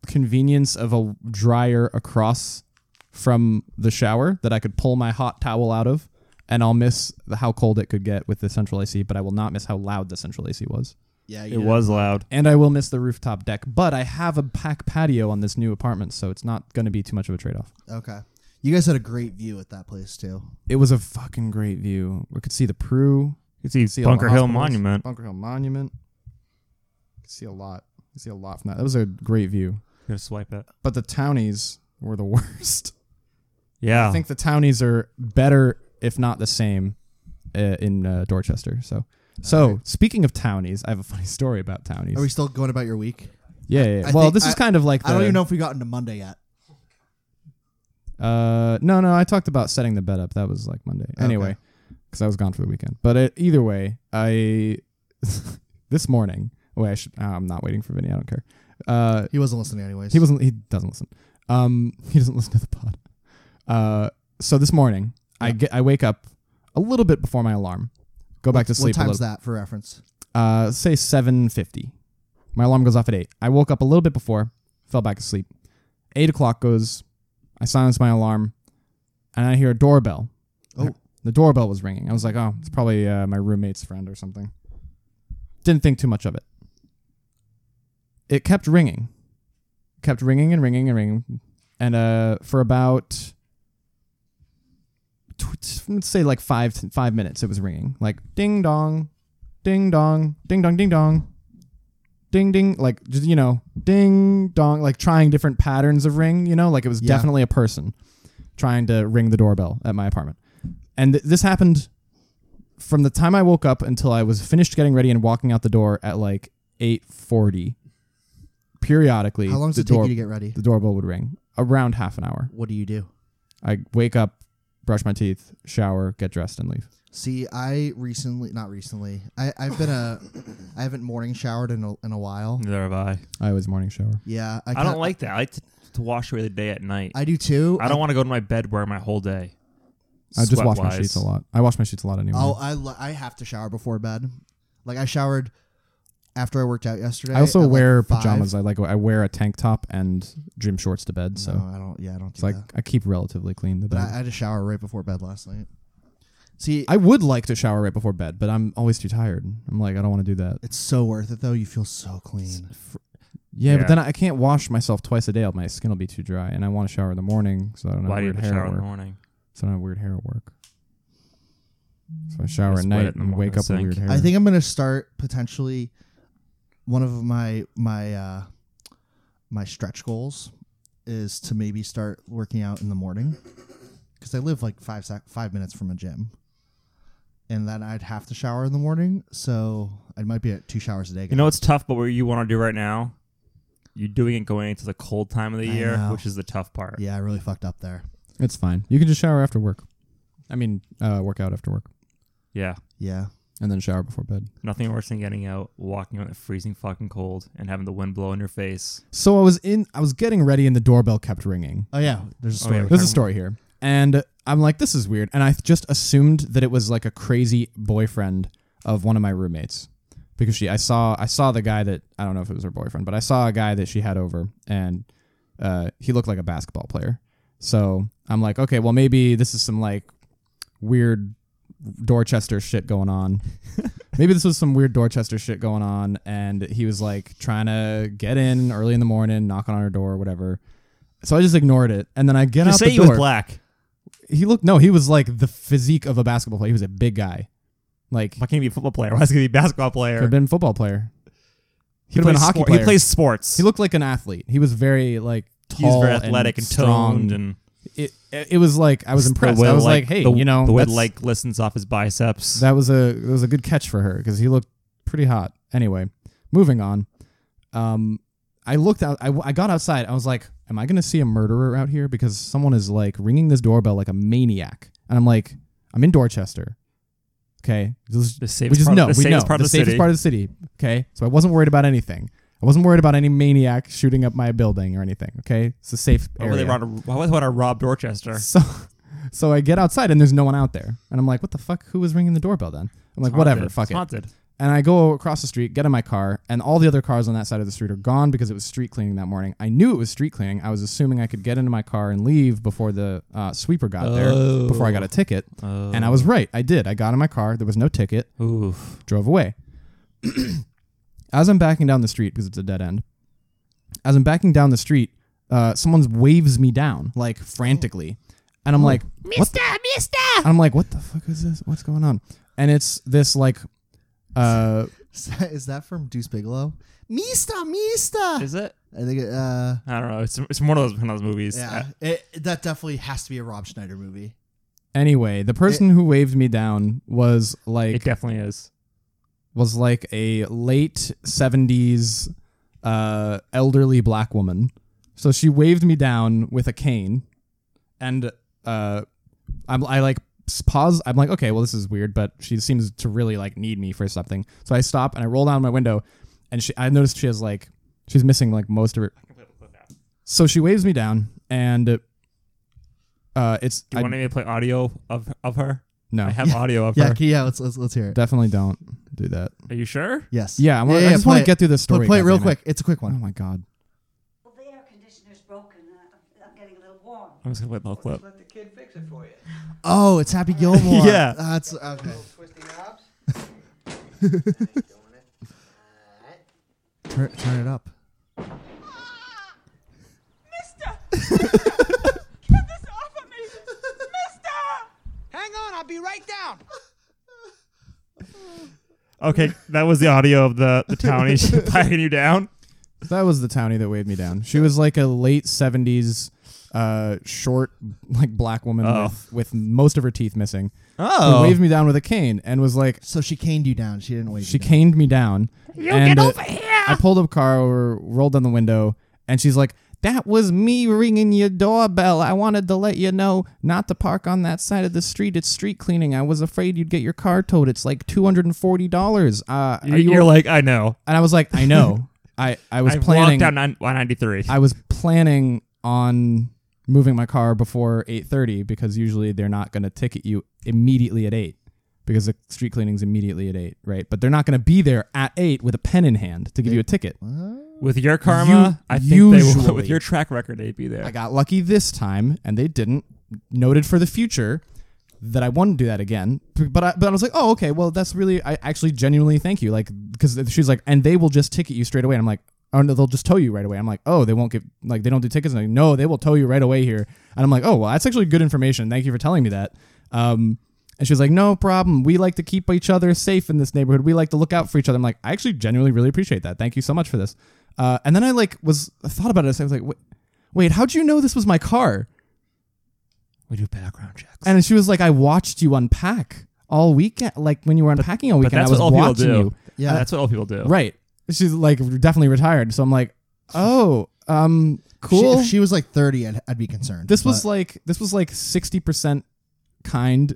Speaker 3: convenience of a dryer across from the shower that I could pull my hot towel out of, and I'll miss the, how cold it could get with the central AC, but I will not miss how loud the central AC was.
Speaker 2: Yeah,
Speaker 1: It was loud.
Speaker 3: And I will miss the rooftop deck, but I have a back patio on this new apartment, so it's not going to be too much of a trade off.
Speaker 2: Okay, you guys had a great view at that place too.
Speaker 3: It was a fucking great view. We could see the Prue,
Speaker 1: You see,
Speaker 3: see all the
Speaker 1: Bunker Hill
Speaker 3: hospitals.
Speaker 1: Monument.
Speaker 3: Bunker Hill Monument. Could see a lot. Could see a lot from that. That was a great view.
Speaker 1: Gonna swipe it.
Speaker 3: But the townies were the worst.
Speaker 1: Yeah.
Speaker 3: I think the townies are better, if not the same, uh, in uh, Dorchester. So, so speaking of townies, I have a funny story about townies.
Speaker 2: Are we still going about your week?
Speaker 3: yeah, yeah. yeah.
Speaker 2: I
Speaker 3: well,
Speaker 2: think-
Speaker 3: this is
Speaker 2: I-
Speaker 3: kind of like the,
Speaker 2: I don't even know if we got into Monday yet.
Speaker 3: Uh, no, no. I talked about setting the bed up. That was like Monday. Anyway, because I was gone for the weekend. But uh either way, I this morning. oh, Wait, I should. I'm not waiting for Vinny. I don't care. Uh,
Speaker 2: He wasn't listening anyways.
Speaker 3: He wasn't. He doesn't listen. Um, he doesn't listen to the pod. Uh, so this morning, I get. I wake up a little bit before my alarm. Go back to sleep.
Speaker 2: What
Speaker 3: a
Speaker 2: time's
Speaker 3: little,
Speaker 2: that for reference?
Speaker 3: Uh, say seven fifty. My alarm goes off at eight. I woke up a little bit before. Fell back asleep. Eight o'clock goes. I silence my alarm, and I hear a doorbell.
Speaker 2: Oh.
Speaker 3: The doorbell was ringing. I was like, "Oh, it's probably uh, my roommate's friend or something." Didn't think too much of it. It kept ringing, kept ringing and ringing and ringing, and uh, for about tw- let's say like five five minutes, it was ringing like ding dong, ding dong, ding dong, ding dong, ding ding, like just you know, ding dong, like trying different patterns of ring. You know, like it was
Speaker 2: Yeah.
Speaker 3: definitely a person trying to ring the doorbell at my apartment, and th- this happened from the time I woke up until I was finished getting ready and walking out the door at like eight forty. Periodically,
Speaker 2: How long does
Speaker 3: the
Speaker 2: it take
Speaker 3: door-
Speaker 2: you to get ready?
Speaker 3: the doorbell would ring around half an hour.
Speaker 2: What do you do?
Speaker 3: I wake up, brush my teeth, shower, get dressed, and leave.
Speaker 2: See, I recently, not recently, I, I've been a, I haven't morning showered in a, in a while.
Speaker 1: Neither have I.
Speaker 3: I always morning shower.
Speaker 2: Yeah,
Speaker 1: I,
Speaker 2: ca-
Speaker 1: don't like that. I like to, to wash away the day at night. I,
Speaker 2: I do too.
Speaker 1: don't want to go to my bed wearing my whole day.
Speaker 3: I just wash my
Speaker 1: Sweat-wise.
Speaker 3: sheets a lot. I wash my sheets a lot anyway.
Speaker 2: Oh, I lo- I have to shower before bed. Like I showered after I worked out yesterday.
Speaker 3: I also
Speaker 2: at, like,
Speaker 3: wear
Speaker 2: five.
Speaker 3: pajamas. I like I wear a tank top and gym shorts to bed, so
Speaker 2: No, I don't. Oh, Yeah, I don't
Speaker 3: it's
Speaker 2: do
Speaker 3: like
Speaker 2: that.
Speaker 3: I keep relatively clean the
Speaker 2: But
Speaker 3: bed.
Speaker 2: I, I had a shower right before bed last night. See,
Speaker 3: I, would like to shower right before bed, but I'm always too tired. I'm like I don't want to do that.
Speaker 2: it's so worth it though. You feel so clean.
Speaker 3: Yeah,
Speaker 1: Yeah.
Speaker 3: but then I can't wash myself twice a day. My skin will be too dry, and I want to shower in the morning, so I don't have
Speaker 1: Why do you
Speaker 3: weird
Speaker 1: have a
Speaker 3: hair
Speaker 1: shower
Speaker 3: at
Speaker 1: in the
Speaker 3: work.
Speaker 1: morning?
Speaker 3: So I don't have weird hair at work. So I shower
Speaker 1: Just
Speaker 3: at
Speaker 1: wet
Speaker 3: night
Speaker 1: it in the
Speaker 3: and
Speaker 1: morning
Speaker 3: wake up with
Speaker 1: sink.
Speaker 3: weird hair.
Speaker 2: I think I'm gonna start potentially one of my my uh my stretch goals is to maybe start working out in the morning because I live like five sec- five minutes from a gym, and then I'd have to shower in the morning, so I might be at two showers a day.
Speaker 1: You know it's tough, but what you want to do right now, you're doing it going into the cold time of the
Speaker 2: I
Speaker 1: year,
Speaker 2: know.
Speaker 1: which is the tough part.
Speaker 2: yeah, I really fucked up there.
Speaker 3: It's fine. You can just shower after work. I mean, uh, work out after work.
Speaker 1: Yeah.
Speaker 2: Yeah,
Speaker 3: and then shower before bed.
Speaker 1: Nothing worse than getting out, walking out in the freezing fucking cold, and having the wind blow in your face.
Speaker 3: So I was in, I was getting ready, and the doorbell kept ringing.
Speaker 2: Oh yeah, there's a
Speaker 1: Oh, yeah,
Speaker 2: story.
Speaker 1: we
Speaker 3: There's a story here, and I'm like, this is weird, and I just assumed that it was like a crazy boyfriend of one of my roommates because she, I saw, I saw the guy that I don't know if it was her boyfriend, but I saw a guy that she had over, and uh, he looked like a basketball player. So I'm like, okay, well maybe this is some like weird Dorchester shit going on. Maybe this was some weird Dorchester shit going on, and he was like trying to get in early in the morning, knocking on her door, whatever. So I just ignored it, and then I get
Speaker 1: Just say
Speaker 3: out the
Speaker 1: he
Speaker 3: door.
Speaker 1: was black.
Speaker 3: He looked no, he was like the physique of a basketball player. He was a big guy, like
Speaker 1: Why can't he be a football player? Why is he going to be a basketball player?
Speaker 3: could have been a football player.
Speaker 1: he
Speaker 3: could've been a
Speaker 1: plays
Speaker 3: hockey
Speaker 1: sport-
Speaker 3: player.
Speaker 1: He plays sports.
Speaker 3: He looked like an athlete. He was very like
Speaker 1: He was
Speaker 3: tall,
Speaker 1: very athletic and,
Speaker 3: strong.
Speaker 1: toned, and
Speaker 3: it, it was like I was impressed.
Speaker 1: The way
Speaker 3: I was
Speaker 1: the
Speaker 3: like,
Speaker 1: like,
Speaker 3: hey,
Speaker 1: the,
Speaker 3: you know,
Speaker 1: the way the
Speaker 3: that's-
Speaker 1: like glistens off his biceps.
Speaker 3: That was a that was a good catch for her because he looked pretty hot. Anyway, moving on. Um, I looked out. I, w- I got outside. I was like, "Am I going to see a murderer out here?" Because someone is like ringing this doorbell like a maniac, and I'm like, "I'm in Dorchester." Okay, This-
Speaker 1: the safest
Speaker 3: we just
Speaker 1: part,
Speaker 3: know
Speaker 1: the
Speaker 3: we know
Speaker 1: safest part
Speaker 3: the
Speaker 1: of the
Speaker 3: safest
Speaker 1: city.
Speaker 3: part of the city. Okay, so I wasn't worried about anything. I wasn't worried about any maniac shooting up my building or anything. Okay, it's a safe
Speaker 1: why would
Speaker 3: area.
Speaker 1: they rob? Why would they rob Dorchester?
Speaker 3: So, so I get outside and there's no one out there, and I'm like, "What the fuck? Who was ringing the doorbell then?" I'm like,
Speaker 1: It's
Speaker 3: "Whatever,
Speaker 1: haunted.
Speaker 3: fuck
Speaker 1: It's
Speaker 3: it."
Speaker 1: Haunted.
Speaker 3: And I go across the street, get in my car, and all the other cars on that side of the street are gone because it was street cleaning that morning. I knew it was street cleaning. I was assuming I could get into my car and leave before the uh, sweeper got
Speaker 1: Oh.
Speaker 3: there, before I got a ticket. And I was right. I did. I got in my car. There was no ticket.
Speaker 1: Oof.
Speaker 3: Drove away. as I'm backing down the street because it's a dead end, as I'm backing down the street, uh, someone waves me down like frantically, and I'm like, Oh. "Mister, Mister!" I'm like, "What the fuck is this? What's going on?" And it's this like. Uh,
Speaker 2: Is that- Is that from Deuce Bigelow? Mista, Mista.
Speaker 1: Is it?
Speaker 2: I think. it, Uh,
Speaker 1: I don't know. It's it's from one of those one of those movies.
Speaker 2: yeah, it, that definitely has to be a Rob Schneider movie.
Speaker 3: Anyway, the person who waved me down was like
Speaker 1: it definitely is.
Speaker 3: was like a late seventies uh, elderly black woman. So she waved me down with a cane, and uh, I'm I like s- pause. I'm like, okay, well this is weird, but she seems to really like need me for something. So I stop and I roll down my window, and she I noticed she has like she's missing like most of her. So she waves me down, and uh, it's
Speaker 1: Do you
Speaker 3: I-
Speaker 1: want me to play audio of of her?
Speaker 3: no.
Speaker 1: I have audio of
Speaker 2: Yeah,
Speaker 1: her.
Speaker 2: can, yeah. Let's let's let's hear it.
Speaker 3: Definitely don't do that.
Speaker 1: Are you sure?
Speaker 2: Yes.
Speaker 3: Yeah, I, wanna, I just
Speaker 2: play
Speaker 3: want to
Speaker 2: it.
Speaker 3: get through this
Speaker 2: Play-
Speaker 3: story.
Speaker 2: Play it real quick.
Speaker 3: goddammit.
Speaker 2: It's a quick
Speaker 3: Oh
Speaker 2: one.
Speaker 3: my god.
Speaker 4: Well, the air conditioner's broken. I- I'm getting a little warm.
Speaker 1: I'm just gonna play the little clip.
Speaker 5: Let the kid fix it for you.
Speaker 2: Oh, it's Happy Gilmore.
Speaker 1: Yeah.
Speaker 2: That's okay.
Speaker 5: Little twisty knobs.
Speaker 2: Turn, turn it up.
Speaker 6: Mister! Get this off of me! Mister!
Speaker 5: Hang on, I'll be right down.
Speaker 1: Okay, that was the audio of the the townie packing you down.
Speaker 3: That was the townie that waved me down. She was like a late seventies, uh, short, like black woman
Speaker 1: Oh.
Speaker 3: with, with most of her teeth missing.
Speaker 1: Oh.
Speaker 3: Who waved me down with a cane and was like,
Speaker 2: So she caned you down. She didn't wait.
Speaker 3: she caned me down. You and, get over here. I pulled up car over, rolled down the window, and she's like, "That was me ringing your doorbell. I wanted to let you know not to park on that side of the street. It's street cleaning. I was afraid you'd get your car towed. It's like two hundred and forty dollars. Uh, are
Speaker 1: You're, you're like I know.
Speaker 3: And I was like, I know. I, I was
Speaker 1: I walked
Speaker 3: planning.
Speaker 1: down 193.
Speaker 3: I was planning on moving my car before eight thirty because usually they're not going to ticket you immediately at eight because the street cleaning's immediately at eight, right? But they're not going to be there at eight with a pen in hand to give you a ticket.
Speaker 1: With your karma, I think they
Speaker 3: usually-
Speaker 1: will. With your track record, they'd be there.
Speaker 3: I got lucky this time, and they didn't. Noted for the future that I wanted to do that again, but I, but I was like, oh okay, well that's really I actually genuinely thank you, like because she's like, and they will just ticket you straight away. And I'm like, oh no, they'll just tow you right away. I'm like, oh they won't give like they don't do tickets. And I'm like, no, they will tow you right away here. And I'm like, oh well that's actually good information. Thank you for telling me that. Um, and she's like, no problem. We like to keep each other safe in this neighborhood. We like to look out for each other. I'm like, I actually genuinely really appreciate that. Thank you so much for this. Uh, and then I like was I thought about it. I was like, wait, wait, how'd you know this was my car?
Speaker 1: we do background checks.
Speaker 3: And she was like, I watched you unpack all weekend, like when you were unpacking all
Speaker 1: but
Speaker 3: weekend.
Speaker 1: that's
Speaker 3: I was
Speaker 1: what all people
Speaker 3: watching
Speaker 1: do.
Speaker 3: you.
Speaker 2: Yeah.
Speaker 1: that's what all people do.
Speaker 3: Right. She's like definitely retired. So I'm like, oh, um,
Speaker 2: She-
Speaker 3: cool.
Speaker 2: if she was like 30, I'd, I'd be concerned.
Speaker 3: this was
Speaker 2: But
Speaker 3: like this was like sixty percent kind,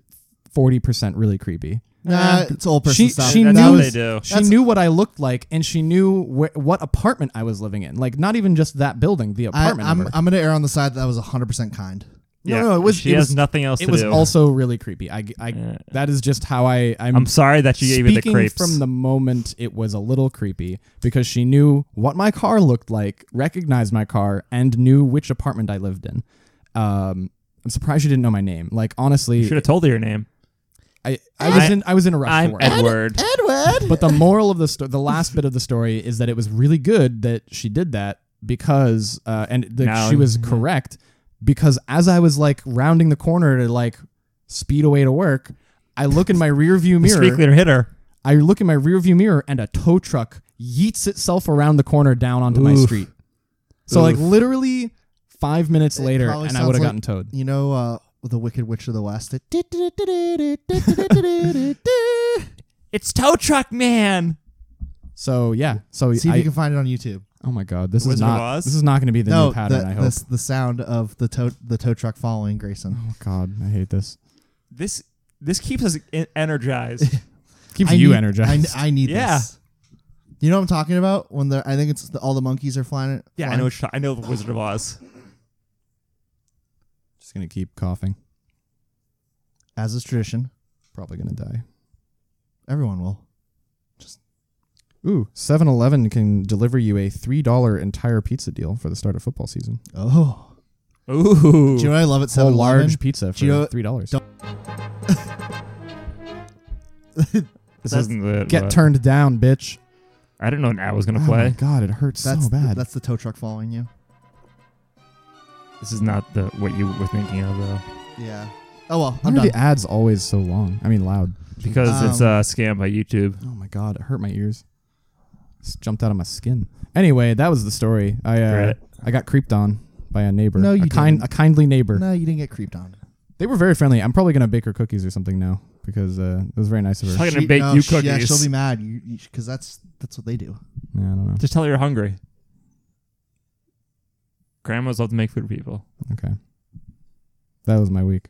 Speaker 3: forty percent really creepy.
Speaker 2: Nah,
Speaker 3: Eh.
Speaker 2: it's old person
Speaker 3: She
Speaker 2: stuff.
Speaker 3: she
Speaker 1: That's
Speaker 2: That
Speaker 1: how
Speaker 3: knew
Speaker 1: they
Speaker 2: was-
Speaker 1: do.
Speaker 3: she
Speaker 2: That's-
Speaker 3: knew what I looked like, and she knew wh- what apartment I was living in. Like not even just that building, the
Speaker 2: I,
Speaker 3: apartment.
Speaker 2: I'm
Speaker 3: number.
Speaker 2: I'm gonna err on the side that I was 100 percent kind.
Speaker 3: no,
Speaker 1: Yeah.
Speaker 3: no, it was-
Speaker 1: She
Speaker 3: it
Speaker 1: has
Speaker 3: was-
Speaker 1: nothing else
Speaker 3: it
Speaker 1: to
Speaker 3: was
Speaker 1: do.
Speaker 3: also really creepy. I, I
Speaker 1: Yeah.
Speaker 3: that is just how I I'm,
Speaker 1: I'm sorry that you gave
Speaker 3: speaking
Speaker 1: you the creeps.
Speaker 3: from the moment it was a little creepy because she knew what my car looked like, recognized my car, and knew which apartment I lived in. Um, I'm surprised she didn't know my name. Like honestly,
Speaker 1: Should have told her your name.
Speaker 3: I, I was
Speaker 1: I-
Speaker 3: in I was in a rush
Speaker 1: I'm
Speaker 3: for work.
Speaker 1: Edward.
Speaker 2: Edward.
Speaker 3: But the moral of the sto- the last bit of the story is that it was really good that she did that because uh, and the,
Speaker 1: Now-
Speaker 3: she was correct because as I was like rounding the corner to like speed away to work, I look in my rearview mirror.
Speaker 1: Speak later, hit her.
Speaker 3: I look in my rearview mirror and a tow truck yeets itself around the corner down onto my
Speaker 1: Oof.
Speaker 3: street. So like
Speaker 1: Oof.
Speaker 3: literally five minutes later,
Speaker 2: probably
Speaker 3: and I
Speaker 2: sounds
Speaker 3: would have
Speaker 2: like-
Speaker 3: gotten towed.
Speaker 2: You know, uh, the Wicked Witch of the West. The
Speaker 1: It's tow truck man.
Speaker 3: So yeah, so
Speaker 2: See if
Speaker 3: I,
Speaker 2: you can find it on YouTube.
Speaker 3: oh my god, this is
Speaker 1: Wizard of
Speaker 3: not
Speaker 1: Oz?
Speaker 3: this is not going to be the
Speaker 2: no,
Speaker 3: new pattern.
Speaker 2: the,
Speaker 3: I
Speaker 2: the
Speaker 3: hope.
Speaker 2: s- the sound of the tow the tow truck following Grayson.
Speaker 3: oh god, I hate this.
Speaker 1: This this keeps us en- energized.
Speaker 3: Keeps
Speaker 2: I
Speaker 3: you
Speaker 2: need-
Speaker 3: energized.
Speaker 2: I, I need
Speaker 1: Yeah.
Speaker 2: this. You know what I'm talking about? When the I think it's the, all the monkeys are flying.
Speaker 1: yeah, I
Speaker 2: flying.
Speaker 1: know. What you're, I know the Wizard of Oz.
Speaker 3: Just gonna keep coughing.
Speaker 2: As is tradition,
Speaker 3: Probably gonna die.
Speaker 2: everyone will.
Speaker 3: Ooh, 7-Eleven can deliver you a three dollar entire pizza deal for the start of football season.
Speaker 2: Oh,
Speaker 1: Ooh.
Speaker 2: do you know what I love at
Speaker 3: Whole
Speaker 2: 7
Speaker 3: large pizza for
Speaker 2: Do you know-
Speaker 3: three dollars.
Speaker 1: this
Speaker 2: that's-
Speaker 1: isn't the
Speaker 3: Get
Speaker 1: but-
Speaker 3: turned down, bitch.
Speaker 1: I didn't know an ad was gonna
Speaker 3: Oh my
Speaker 1: play.
Speaker 3: god, it hurts
Speaker 2: That's
Speaker 3: so bad.
Speaker 2: The, that's the tow truck following you.
Speaker 1: This is not the what you were thinking of though,
Speaker 2: Yeah. Oh well,
Speaker 3: Why
Speaker 2: I'm
Speaker 3: are
Speaker 2: done.
Speaker 3: the ads always so long? I mean, loud.
Speaker 1: because it's
Speaker 2: Um,
Speaker 1: a scam by YouTube.
Speaker 3: Oh my god, it hurt my ears. Just jumped out of my skin. Anyway, that was the story. I uh,
Speaker 1: Great.
Speaker 3: I got creeped on by a neighbor.
Speaker 2: No,
Speaker 3: a
Speaker 2: you
Speaker 3: kind,
Speaker 2: didn't.
Speaker 3: a kindly neighbor.
Speaker 2: No, you didn't get creeped on.
Speaker 3: They were very friendly. I'm probably gonna bake her cookies or something now because uh, it was very nice of her.
Speaker 1: She's They're gonna bake you
Speaker 2: she- oh, Yeah,
Speaker 1: cookies.
Speaker 2: she'll be mad because that's that's what they do.
Speaker 3: Yeah, I don't know.
Speaker 1: Just tell her you're hungry. Grandmas love to make food for people.
Speaker 3: Okay, that was my week.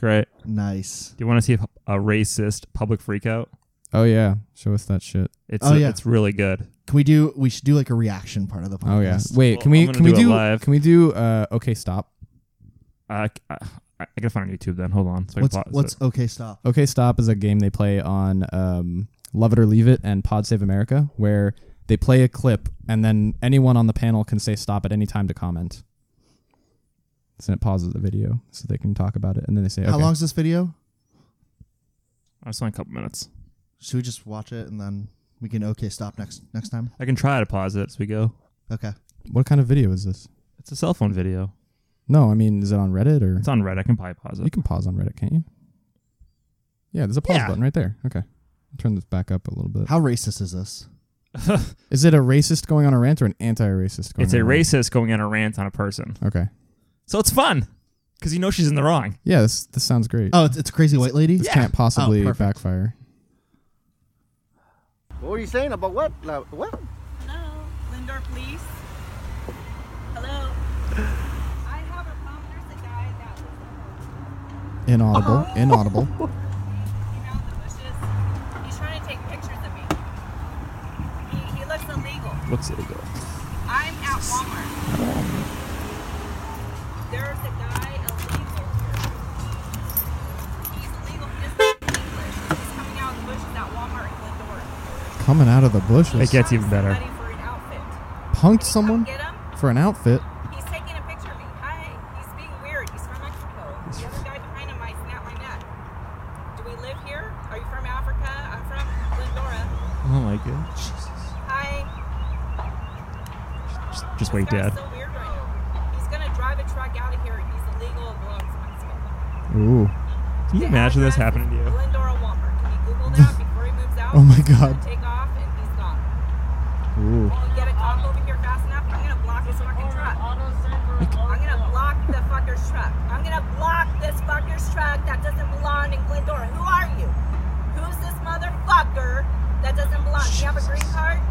Speaker 1: Great.
Speaker 2: Nice.
Speaker 1: Do you want to see a, a racist public freakout?
Speaker 3: Oh yeah, show us that shit.
Speaker 1: It's
Speaker 2: Oh,
Speaker 1: a-
Speaker 2: yeah.
Speaker 1: it's really good.
Speaker 2: Can we do? We should do like a reaction part of the podcast.
Speaker 3: Oh yeah. Wait,
Speaker 1: Well,
Speaker 3: can we
Speaker 1: I'm gonna
Speaker 3: can we
Speaker 1: do it
Speaker 3: do
Speaker 1: live.
Speaker 3: can we do uh okay stop
Speaker 1: Uh, I, I, I gotta find it on YouTube then. Hold on. So I can
Speaker 2: What's
Speaker 1: pause
Speaker 2: what's
Speaker 1: it.
Speaker 2: okay? Stop.
Speaker 3: okay stop is a game they play on um Love It or Leave It and Pod Save America where they play a clip and then anyone on the panel can say stop at any time to comment. So it pauses the video so they can talk about it and then they say okay.
Speaker 2: How long's this video?
Speaker 1: I was only a couple minutes.
Speaker 2: Should we just watch it and then we can okay stop next next time?
Speaker 1: I can try to pause it as we go.
Speaker 2: Okay.
Speaker 3: What kind of video is this?
Speaker 1: It's a cell phone video.
Speaker 3: No, I mean is it on Reddit or
Speaker 1: It's on Reddit. I can probably pause
Speaker 3: you
Speaker 1: it.
Speaker 3: can pause on Reddit, can't you? Yeah, there's a pause
Speaker 1: Yeah.
Speaker 3: button right there. Okay. Turn this back up a little bit.
Speaker 2: How racist is this?
Speaker 3: Is it a racist going on a rant or an anti-racist going
Speaker 1: It's
Speaker 3: on
Speaker 1: a
Speaker 3: rant?
Speaker 1: racist going on a rant on a person.
Speaker 3: Okay.
Speaker 1: So it's fun because you know she's in the wrong.
Speaker 3: Yeah, this this sounds great.
Speaker 2: Oh, it's, it's a crazy white lady.
Speaker 3: this can't possibly
Speaker 2: Oh, perfect.
Speaker 3: backfire.
Speaker 7: What were you saying about what? Like, what?
Speaker 6: Hello, Lindor Police. Hello. I have a problem. There's a guy that was
Speaker 3: Inaudible. Inaudible.
Speaker 6: came out of the bushes. He's trying to take pictures of me. He, he looks illegal.
Speaker 1: Looks illegal.
Speaker 6: I'm at Walmart. There's a guy illegal here. He's illegal. He doesn't speak English. He's coming out of the bushes at Walmart in Lindor.
Speaker 3: Coming out of the bushes.
Speaker 1: It gets even better.
Speaker 6: Somebody for an outfit.
Speaker 3: Punked
Speaker 6: Can you come
Speaker 3: someone
Speaker 6: Get him.
Speaker 3: for an outfit.
Speaker 6: He's taking a picture of me. Hi. He's being weird. He's from Mexico. The other guy behind him, I snap my neck. Do we live here? Are you from Africa? I'm from Glendora.
Speaker 1: Oh my god. Jesus.
Speaker 6: Hi.
Speaker 1: Just, just wait,
Speaker 6: This
Speaker 1: Dad.
Speaker 6: guy's so weird right now. He's gonna drive a truck out of here. He's illegal and belongs to Mexico.
Speaker 3: Ooh.
Speaker 1: Can you
Speaker 6: The
Speaker 1: imagine this
Speaker 6: address
Speaker 1: happening to
Speaker 6: is
Speaker 1: you?
Speaker 6: Glendora Walmart. Can you Google that before he moves out?
Speaker 3: Oh my
Speaker 6: He's gonna
Speaker 3: God.
Speaker 6: Take off and he's gone.
Speaker 3: Ooh.
Speaker 6: Won't get a cop over here fast enough. I'm gonna block his fucking truck. I'm gonna block the fucker's truck. I'm gonna block this fucker's truck that doesn't belong in Glendora. Who are you? Who's this motherfucker that doesn't belong? Do you have a green card?
Speaker 8: He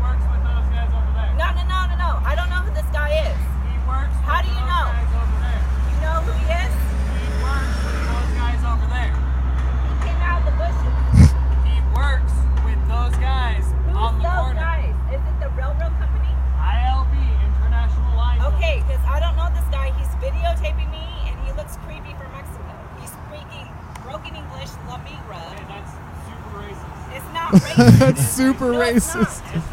Speaker 8: works with those guys over there.
Speaker 6: No, no, no, no, no. I don't know who this guy is.
Speaker 8: He works with
Speaker 6: How do you
Speaker 8: those
Speaker 6: know?
Speaker 8: guys over there.
Speaker 6: You know who he is?
Speaker 8: He works with those guys over there.
Speaker 6: He came out of the He looks creepy from Mexico. He's speaking broken English, La
Speaker 8: Hey,
Speaker 6: Migra.
Speaker 8: that's super racist.
Speaker 6: It's not racist.
Speaker 3: That's super
Speaker 6: No, it's not.
Speaker 3: racist.
Speaker 8: Yes, it is.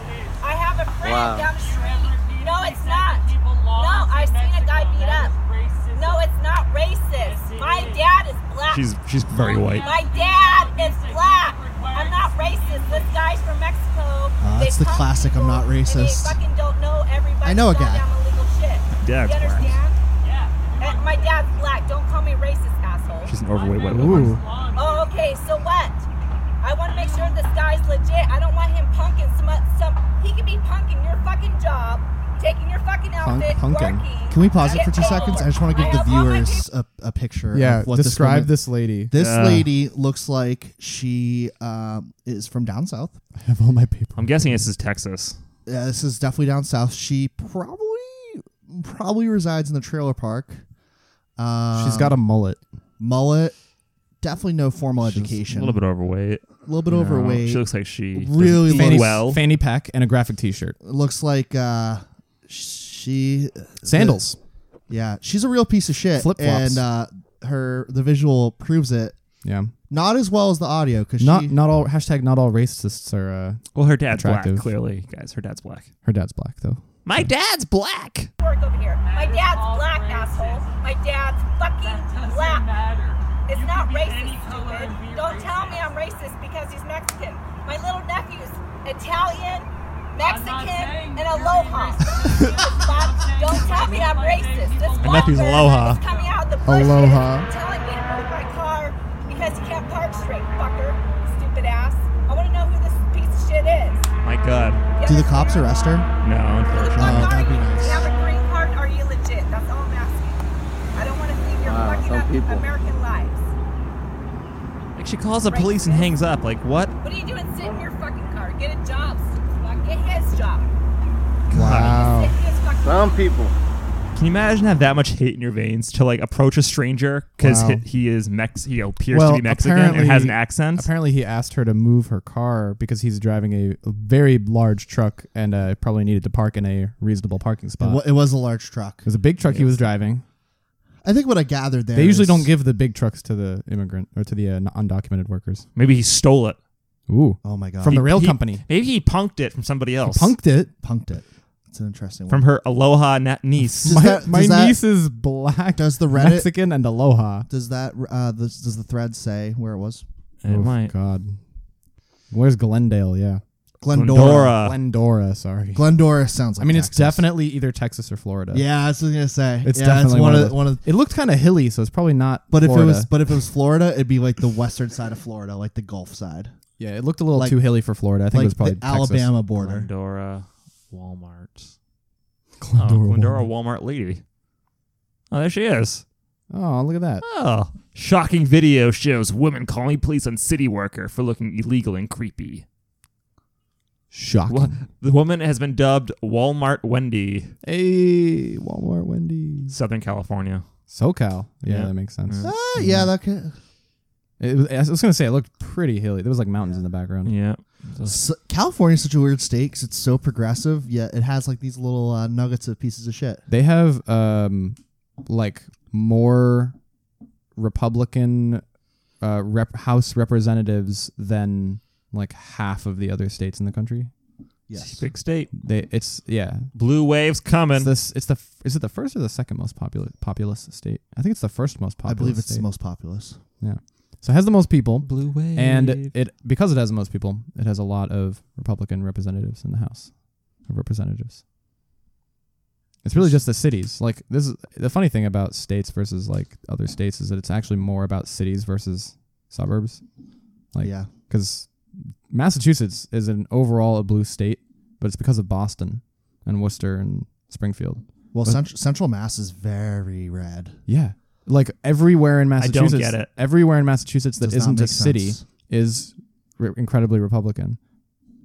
Speaker 6: I have a friend
Speaker 7: Wow.
Speaker 6: down the
Speaker 8: You have
Speaker 6: street.
Speaker 8: repeatedly
Speaker 6: No, it's
Speaker 8: said
Speaker 6: not.
Speaker 8: that people lost
Speaker 6: No,
Speaker 8: in
Speaker 6: I've seen a
Speaker 8: Mexico.
Speaker 6: guy beat
Speaker 8: That
Speaker 6: up.
Speaker 8: is racism.
Speaker 6: No, it's not
Speaker 8: Yes,
Speaker 6: racist.
Speaker 8: it
Speaker 6: My
Speaker 8: is.
Speaker 6: dad is black.
Speaker 1: She's she's very white.
Speaker 6: My dad is black. I'm not racist. This guy's from Mexico.
Speaker 2: Ah,
Speaker 6: They
Speaker 2: that's the
Speaker 6: pump
Speaker 2: classic, I'm
Speaker 6: people,
Speaker 2: not racist.
Speaker 6: And they fucking don't know everybody.
Speaker 2: I know a
Speaker 6: goddamn
Speaker 2: guy.
Speaker 6: Illegal shit.
Speaker 1: Yeah, it's
Speaker 6: you
Speaker 1: black.
Speaker 6: understand?
Speaker 8: Yeah.
Speaker 6: Uh, my dad's black. Don't call me racist, asshole.
Speaker 1: She's an overweight white woman.
Speaker 3: Ooh.
Speaker 6: Oh, okay. So what? I want to make sure this guy's legit. I don't want him punking some. some he could be punking your fucking job, taking your fucking
Speaker 3: Punk-
Speaker 6: outfit,
Speaker 3: punking.
Speaker 6: working.
Speaker 2: Can we pause it
Speaker 6: get
Speaker 2: for two
Speaker 6: paid.
Speaker 2: seconds? I just want to give the
Speaker 6: have all my
Speaker 2: viewers a, a picture.
Speaker 3: Yeah,
Speaker 2: of what
Speaker 3: describe
Speaker 2: this.
Speaker 3: this, lady.
Speaker 2: woman- This
Speaker 1: Yeah.
Speaker 2: lady looks like she um, is from down south.
Speaker 3: I have all my paper.
Speaker 1: I'm guessing this is Texas.
Speaker 2: Yeah, this is definitely down south. She probably probably resides in the trailer park. Um,
Speaker 3: She's got a mullet.
Speaker 2: mullet. Definitely no formal
Speaker 1: She's a
Speaker 2: education.
Speaker 1: little bit overweight. Uh,
Speaker 2: a little bit overweight.
Speaker 1: She looks like she
Speaker 2: Really
Speaker 1: doesn't eat
Speaker 2: Fanny-
Speaker 1: well.
Speaker 3: fanny pack and a graphic T-shirt,
Speaker 2: looks like uh, she uh,
Speaker 3: sandals.
Speaker 2: yeah, she's a real piece of shit. and
Speaker 3: Flip-flops.
Speaker 2: uh, her the visual proves it.
Speaker 3: yeah,
Speaker 2: Not as well as the audio because
Speaker 3: not
Speaker 2: she
Speaker 3: not all hashtag not all racists are. Uh,
Speaker 1: well, her dad's
Speaker 3: attractive.
Speaker 1: black. Clearly, guys, her dad's black.
Speaker 3: her dad's black though.
Speaker 1: My dad's black.
Speaker 6: work over here. My
Speaker 8: That is
Speaker 6: dad's
Speaker 8: all
Speaker 6: black,
Speaker 8: racist.
Speaker 6: asshole. My dad's
Speaker 8: That
Speaker 6: fucking
Speaker 8: doesn't
Speaker 6: black.
Speaker 8: matter.
Speaker 6: It's
Speaker 8: You
Speaker 6: not
Speaker 8: can be
Speaker 6: racist,
Speaker 8: any color
Speaker 6: stupid.
Speaker 8: and be
Speaker 6: Don't tell
Speaker 8: racist.
Speaker 6: me I'm racist because he's Mexican. My little nephew's Italian,
Speaker 8: I'm not
Speaker 6: Mexican,
Speaker 8: saying
Speaker 6: and
Speaker 8: you're
Speaker 6: Aloha.
Speaker 8: racist.
Speaker 6: Bob, don't tell me I'm racist. This
Speaker 8: My
Speaker 6: walker
Speaker 1: nephew's Aloha.
Speaker 6: is coming out of the bush
Speaker 3: Aloha.
Speaker 6: and telling me to move my car because he can't park straight, fucker. Stupid ass. I want to know who this piece of shit is.
Speaker 1: My God.
Speaker 6: You
Speaker 2: do the
Speaker 6: understand?
Speaker 2: cops arrest her?
Speaker 1: No,
Speaker 6: Who the
Speaker 1: unfortunately.
Speaker 6: fuck
Speaker 2: Oh,
Speaker 3: Um,
Speaker 6: are
Speaker 2: that'd be
Speaker 6: you?
Speaker 2: nice.
Speaker 6: Do you have a green card? Are you legit? That's all I'm asking. I don't want to think you're
Speaker 7: Wow,
Speaker 6: fucking
Speaker 7: some
Speaker 6: up
Speaker 7: people.
Speaker 6: American lives.
Speaker 1: Like she calls the police and hangs up. Like what?
Speaker 6: What are you doing sitting in your fucking car? Get a job. fuck. Get his job.
Speaker 3: Wow.
Speaker 6: Sit in his fucking
Speaker 7: Some people.
Speaker 1: Can you imagine have that much hate in your veins to like approach a stranger because
Speaker 3: Wow.
Speaker 1: he, he is Mex he appears
Speaker 3: Well,
Speaker 1: to be Mexican and has an
Speaker 3: apparently-
Speaker 1: accent?
Speaker 3: Apparently, he asked her to move her car because he's driving a very large truck and uh, probably needed to park in a reasonable parking
Speaker 2: It,
Speaker 3: spot.
Speaker 2: wa-
Speaker 3: It
Speaker 2: it was a large truck.
Speaker 3: was a big truck he was driving.
Speaker 2: I think what I gathered there.
Speaker 3: They usually
Speaker 2: is-
Speaker 3: don't give the big trucks to the immigrant or to the uh, n- undocumented workers.
Speaker 1: Maybe he stole it.
Speaker 3: Ooh,
Speaker 2: Oh my god!
Speaker 3: from the rail
Speaker 1: He-
Speaker 3: company.
Speaker 1: Maybe he punked it from somebody else.
Speaker 3: Punked it.
Speaker 2: punked it. It's an interesting one.
Speaker 1: from her aloha na- niece.
Speaker 2: Does
Speaker 3: my
Speaker 2: that-
Speaker 3: my
Speaker 2: does that-
Speaker 3: niece is black.
Speaker 2: does the Reddit-
Speaker 3: Mexican and Aloha?
Speaker 2: Does that uh, this, does the thread say where it was?
Speaker 1: It
Speaker 3: oh
Speaker 1: might.
Speaker 3: God, where's Glendale? Yeah,
Speaker 2: Glendora.
Speaker 1: Glendora.
Speaker 3: Glendora. Sorry.
Speaker 2: Glendora sounds like.
Speaker 3: I mean, it's
Speaker 2: Texas.
Speaker 3: definitely either Texas or Florida.
Speaker 2: Yeah, that's what I was gonna say.
Speaker 3: it's
Speaker 2: yeah,
Speaker 3: definitely
Speaker 2: it's one, of the, one of. The,
Speaker 3: It looked kind of hilly, so it's probably not.
Speaker 2: but if it
Speaker 3: Florida.
Speaker 2: was, but if it was Florida, it'd be like the western side of Florida, like the Gulf side,
Speaker 3: yeah, it looked a little
Speaker 2: like-
Speaker 3: too hilly for Florida. I think
Speaker 2: like
Speaker 3: it was probably
Speaker 2: the
Speaker 3: Texas.
Speaker 2: Alabama border.
Speaker 1: Glendora Walmart. Oh,
Speaker 3: Glendora.
Speaker 1: Glendora Walmart lady. Oh, there she is.
Speaker 3: Oh, look at that.
Speaker 1: Oh. Shocking video shows woman calling police on city worker for looking illegal and creepy.
Speaker 3: Shocking.
Speaker 1: Wha- The woman has been dubbed Walmart Wendy,
Speaker 3: Hey, Walmart, Wendy's,
Speaker 1: Southern California.
Speaker 3: SoCal. Yeah,
Speaker 1: Yeah.
Speaker 3: that makes sense.
Speaker 2: Ah,
Speaker 3: Mm-hmm.
Speaker 2: yeah, that could,
Speaker 3: It was, I was gonna say it looked pretty hilly. There was like mountains in the background.
Speaker 1: Yeah.
Speaker 2: S California's such a weird state 'cause it's so progressive, yet it has like these little uh, nuggets of pieces of shit.
Speaker 3: They have um like more Republican uh rep- House representatives than like half of the other states in the country.
Speaker 2: Yes,
Speaker 1: Big state.
Speaker 3: They it's yeah.
Speaker 1: Blue waves coming.
Speaker 3: It's this it's the f- is it the first or the second most popular populous state? I think it's the first most
Speaker 2: I
Speaker 3: populous.
Speaker 2: believe it's the
Speaker 3: state.
Speaker 2: most populous.
Speaker 3: Yeah. So it has the most people.
Speaker 1: Blue wave.
Speaker 3: And it because it has the most people, it has a lot of Republican representatives in the House of Representatives. It's really just the cities. Like this is the funny thing about states versus like other states is that it's actually more about cities versus suburbs. Like
Speaker 2: yeah,
Speaker 3: because Massachusetts is an overall a blue state, but it's because of Boston and Worcester and Springfield.
Speaker 2: well, central, central Mass is very red.
Speaker 3: Yeah. Like everywhere in
Speaker 1: don't get
Speaker 3: Massachusetts,
Speaker 1: it.
Speaker 3: everywhere in Massachusetts that
Speaker 2: Does not
Speaker 3: isn't a
Speaker 2: make
Speaker 3: city
Speaker 2: sense.
Speaker 3: is re- incredibly Republican.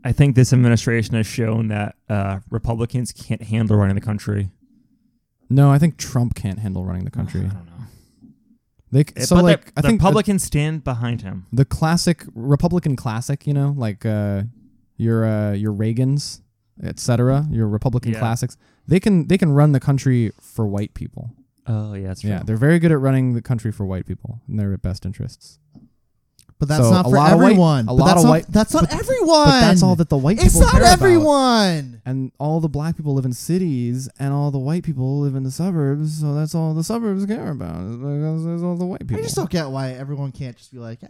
Speaker 1: I think this administration has shown that uh, Republicans can't handle running the country.
Speaker 3: No, I think Trump can't handle running the country.
Speaker 1: I don't know.
Speaker 3: They c-
Speaker 1: Eh, but
Speaker 3: so
Speaker 1: the-
Speaker 3: like
Speaker 1: the
Speaker 3: I think uh, the,
Speaker 1: Republicans stand behind him.
Speaker 3: the classic Republican classic, you know, like uh, your uh, your Reagans, etc. Your Republican
Speaker 1: Yeah.
Speaker 3: classics. They can they can run the country for white people.
Speaker 1: Oh yeah, that's true.
Speaker 3: Yeah, they're very good at running the country for white people in their best interests.
Speaker 2: But that's
Speaker 3: So,
Speaker 2: not
Speaker 3: a
Speaker 2: for
Speaker 3: lot of white-
Speaker 2: everyone.
Speaker 3: a
Speaker 2: But
Speaker 3: lot
Speaker 2: that's
Speaker 3: of
Speaker 2: not-
Speaker 3: white-
Speaker 2: That's not
Speaker 3: but-
Speaker 2: everyone.
Speaker 3: But that's all that the white
Speaker 2: It's
Speaker 3: people
Speaker 2: not
Speaker 3: care about.
Speaker 2: everyone.
Speaker 3: And all the black people live in cities, and all the white people live in the suburbs. So that's all the suburbs care about. That's that's all the white people.
Speaker 2: I just don't get why everyone can't just be like, yeah.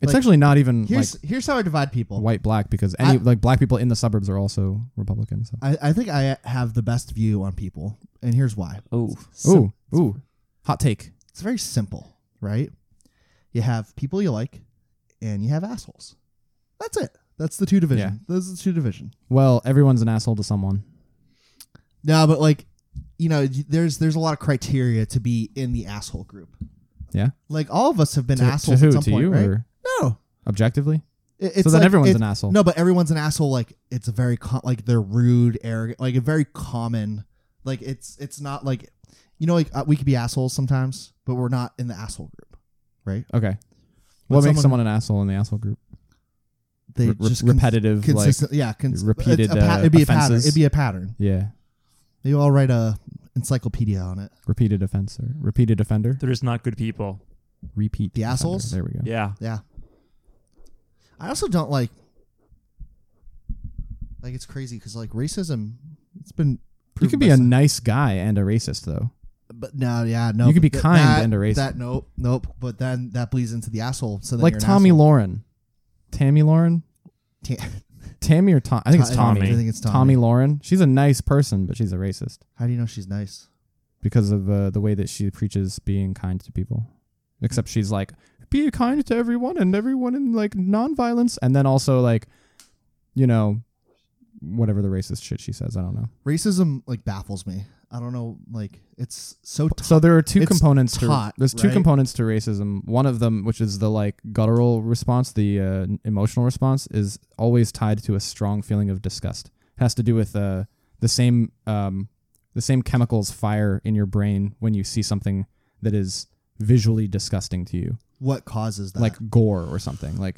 Speaker 3: it's
Speaker 2: like,
Speaker 3: actually not even like
Speaker 2: Here's here's how I divide people.
Speaker 3: white black because any
Speaker 2: I-
Speaker 3: like black people in the suburbs are also Republicans. So.
Speaker 2: I, I think I have the best view on people, and here's why.
Speaker 1: Oh,
Speaker 3: Ooh, ooh, hot take.
Speaker 2: It's very simple, right? You have people you like, and you have assholes. That's it. That's the two division. Those are the two division.
Speaker 3: Well, everyone's an asshole to someone.
Speaker 2: No, but like, you know, y- there's there's a lot of criteria to be in the asshole group.
Speaker 3: Yeah,
Speaker 2: Like all of us have been
Speaker 3: to,
Speaker 2: assholes
Speaker 3: to who?
Speaker 2: at some
Speaker 3: to
Speaker 2: point,
Speaker 3: you
Speaker 2: right?
Speaker 3: or
Speaker 2: No,
Speaker 3: objectively?
Speaker 2: It- It's
Speaker 3: So then
Speaker 2: like-
Speaker 3: everyone's
Speaker 2: it-
Speaker 3: an asshole.
Speaker 2: No, but everyone's an asshole. Like it's a very com- like they're rude, arrogant, like a very common. Like it's it's not like, you know, like uh, we could be assholes sometimes, but we're not in the asshole group, right?
Speaker 3: Okay. What
Speaker 2: When
Speaker 3: makes
Speaker 2: someone-
Speaker 3: someone an asshole in the asshole group?
Speaker 2: They
Speaker 3: Re- re-
Speaker 2: just
Speaker 3: repetitive, like,
Speaker 2: consistent, yeah, cons-
Speaker 3: repeated,
Speaker 2: it's a pa-
Speaker 3: uh,
Speaker 2: it'd be a pattern.
Speaker 3: offenses.
Speaker 2: It'd be a pattern.
Speaker 3: Yeah,
Speaker 2: They all write a encyclopedia on it.
Speaker 3: repeated offense or repeated offender.
Speaker 1: they're just not good people.
Speaker 3: Repeat
Speaker 2: The
Speaker 3: offender.
Speaker 2: assholes?
Speaker 3: There we go.
Speaker 1: Yeah,
Speaker 2: Yeah. I also don't like. Like it's crazy because like racism, it's been.
Speaker 3: You
Speaker 2: proven
Speaker 3: can
Speaker 2: by
Speaker 3: be a
Speaker 2: sci-
Speaker 3: nice guy and a racist though.
Speaker 2: But no, yeah, no.
Speaker 3: You could
Speaker 2: but
Speaker 3: be
Speaker 2: th-
Speaker 3: kind
Speaker 2: that-
Speaker 3: and a racist.
Speaker 2: That nope, nope. But then that bleeds into the asshole. So then
Speaker 3: like
Speaker 2: you're
Speaker 3: Tommy
Speaker 2: an asshole.
Speaker 3: Lauren, Tammy Lauren,
Speaker 2: Ta-
Speaker 3: Tammy or Tom? I think it's
Speaker 2: Ta-
Speaker 3: Tommy.
Speaker 2: I think it's Tommy.
Speaker 3: Tommy Lauren. She's a nice person, but she's a racist
Speaker 2: How do you know she's nice?
Speaker 3: because of uh, the way that she preaches being kind to people. Except she's like, be kind to everyone and everyone in like nonviolence, and then also like, you know, whatever the racist shit she says. I don't know.
Speaker 2: Racism like baffles me. I don't know. Like it's so. T-
Speaker 3: So there are two
Speaker 2: It's
Speaker 3: components
Speaker 2: taught,
Speaker 3: to there's two
Speaker 2: right?
Speaker 3: components to racism. One of them, which is the like guttural response, the uh, emotional response, is always tied to a strong feeling of disgust. has to do with uh, the same um, the same chemicals fire in your brain when you see something that is visually disgusting to you,
Speaker 2: what causes that?
Speaker 3: like gore or something. Like,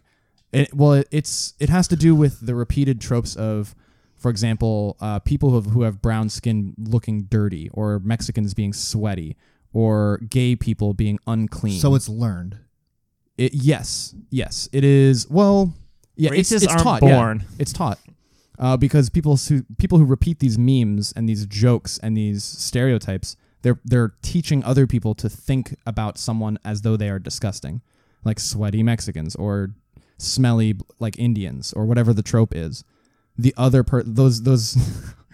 Speaker 3: it, well, it, it's it has to do with the repeated tropes of. For example, uh, people who have, who have brown skin looking dirty, or Mexicans being sweaty, or gay people being unclean.
Speaker 2: so it's learned.
Speaker 3: It, yes, yes, it is. Well, yeah, it's,
Speaker 1: Racists
Speaker 3: it's
Speaker 1: aren't
Speaker 3: taught. yeah.
Speaker 1: born.
Speaker 3: it's taught uh, because people who people who repeat these memes and these jokes and these stereotypes, they're they're teaching other people to think about someone as though they are disgusting, like sweaty Mexicans or smelly like Indians or whatever the trope is. The other per those those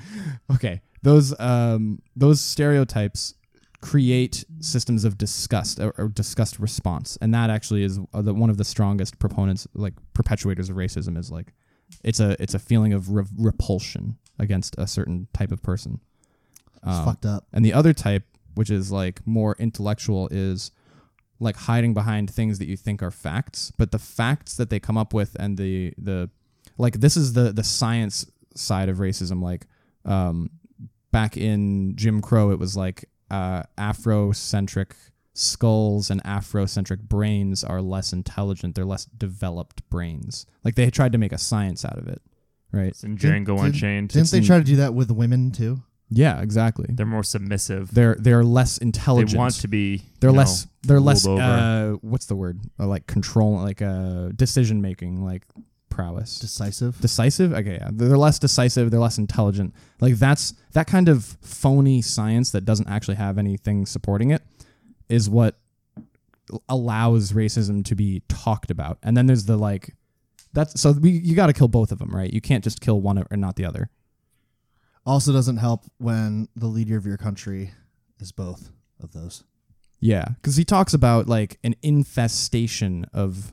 Speaker 3: okay those um those stereotypes create systems of disgust or, or disgust response and that actually is uh, the, one of the strongest proponents like perpetuators of racism is like it's a it's a feeling of re- repulsion against a certain type of person
Speaker 2: It's
Speaker 3: Um,
Speaker 2: fucked up.
Speaker 3: and the other type which is like more intellectual is like hiding behind things that you think are facts but the facts that they come up with and the the like this is the the science side of racism like um back in jim crow it was like uh afrocentric skulls and afrocentric brains are less intelligent they're less developed brains like they tried to make a science out of it right
Speaker 1: it's in Django
Speaker 2: Didn't-
Speaker 1: Unchained.
Speaker 2: Didn't they
Speaker 1: It's-
Speaker 2: try to do that with women too?
Speaker 3: yeah exactly
Speaker 1: They're more submissive.
Speaker 3: they're they're less
Speaker 1: They
Speaker 3: intelligent
Speaker 1: want to be.
Speaker 3: they're
Speaker 1: you
Speaker 3: less
Speaker 1: know,
Speaker 3: they're
Speaker 1: ruled
Speaker 3: less
Speaker 1: over.
Speaker 3: uh what's the word uh, like control like uh decision making like prowess
Speaker 2: Decisive.
Speaker 3: decisive okay yeah they're less decisive they're less intelligent like that's that kind of phony science that doesn't actually have anything supporting it is what allows racism to be talked about and then there's the like that's so we, you got to kill both of them right you can't just kill one or not the other
Speaker 2: also doesn't help when the leader of your country is both of those.
Speaker 3: Yeah, because he talks about like an infestation of,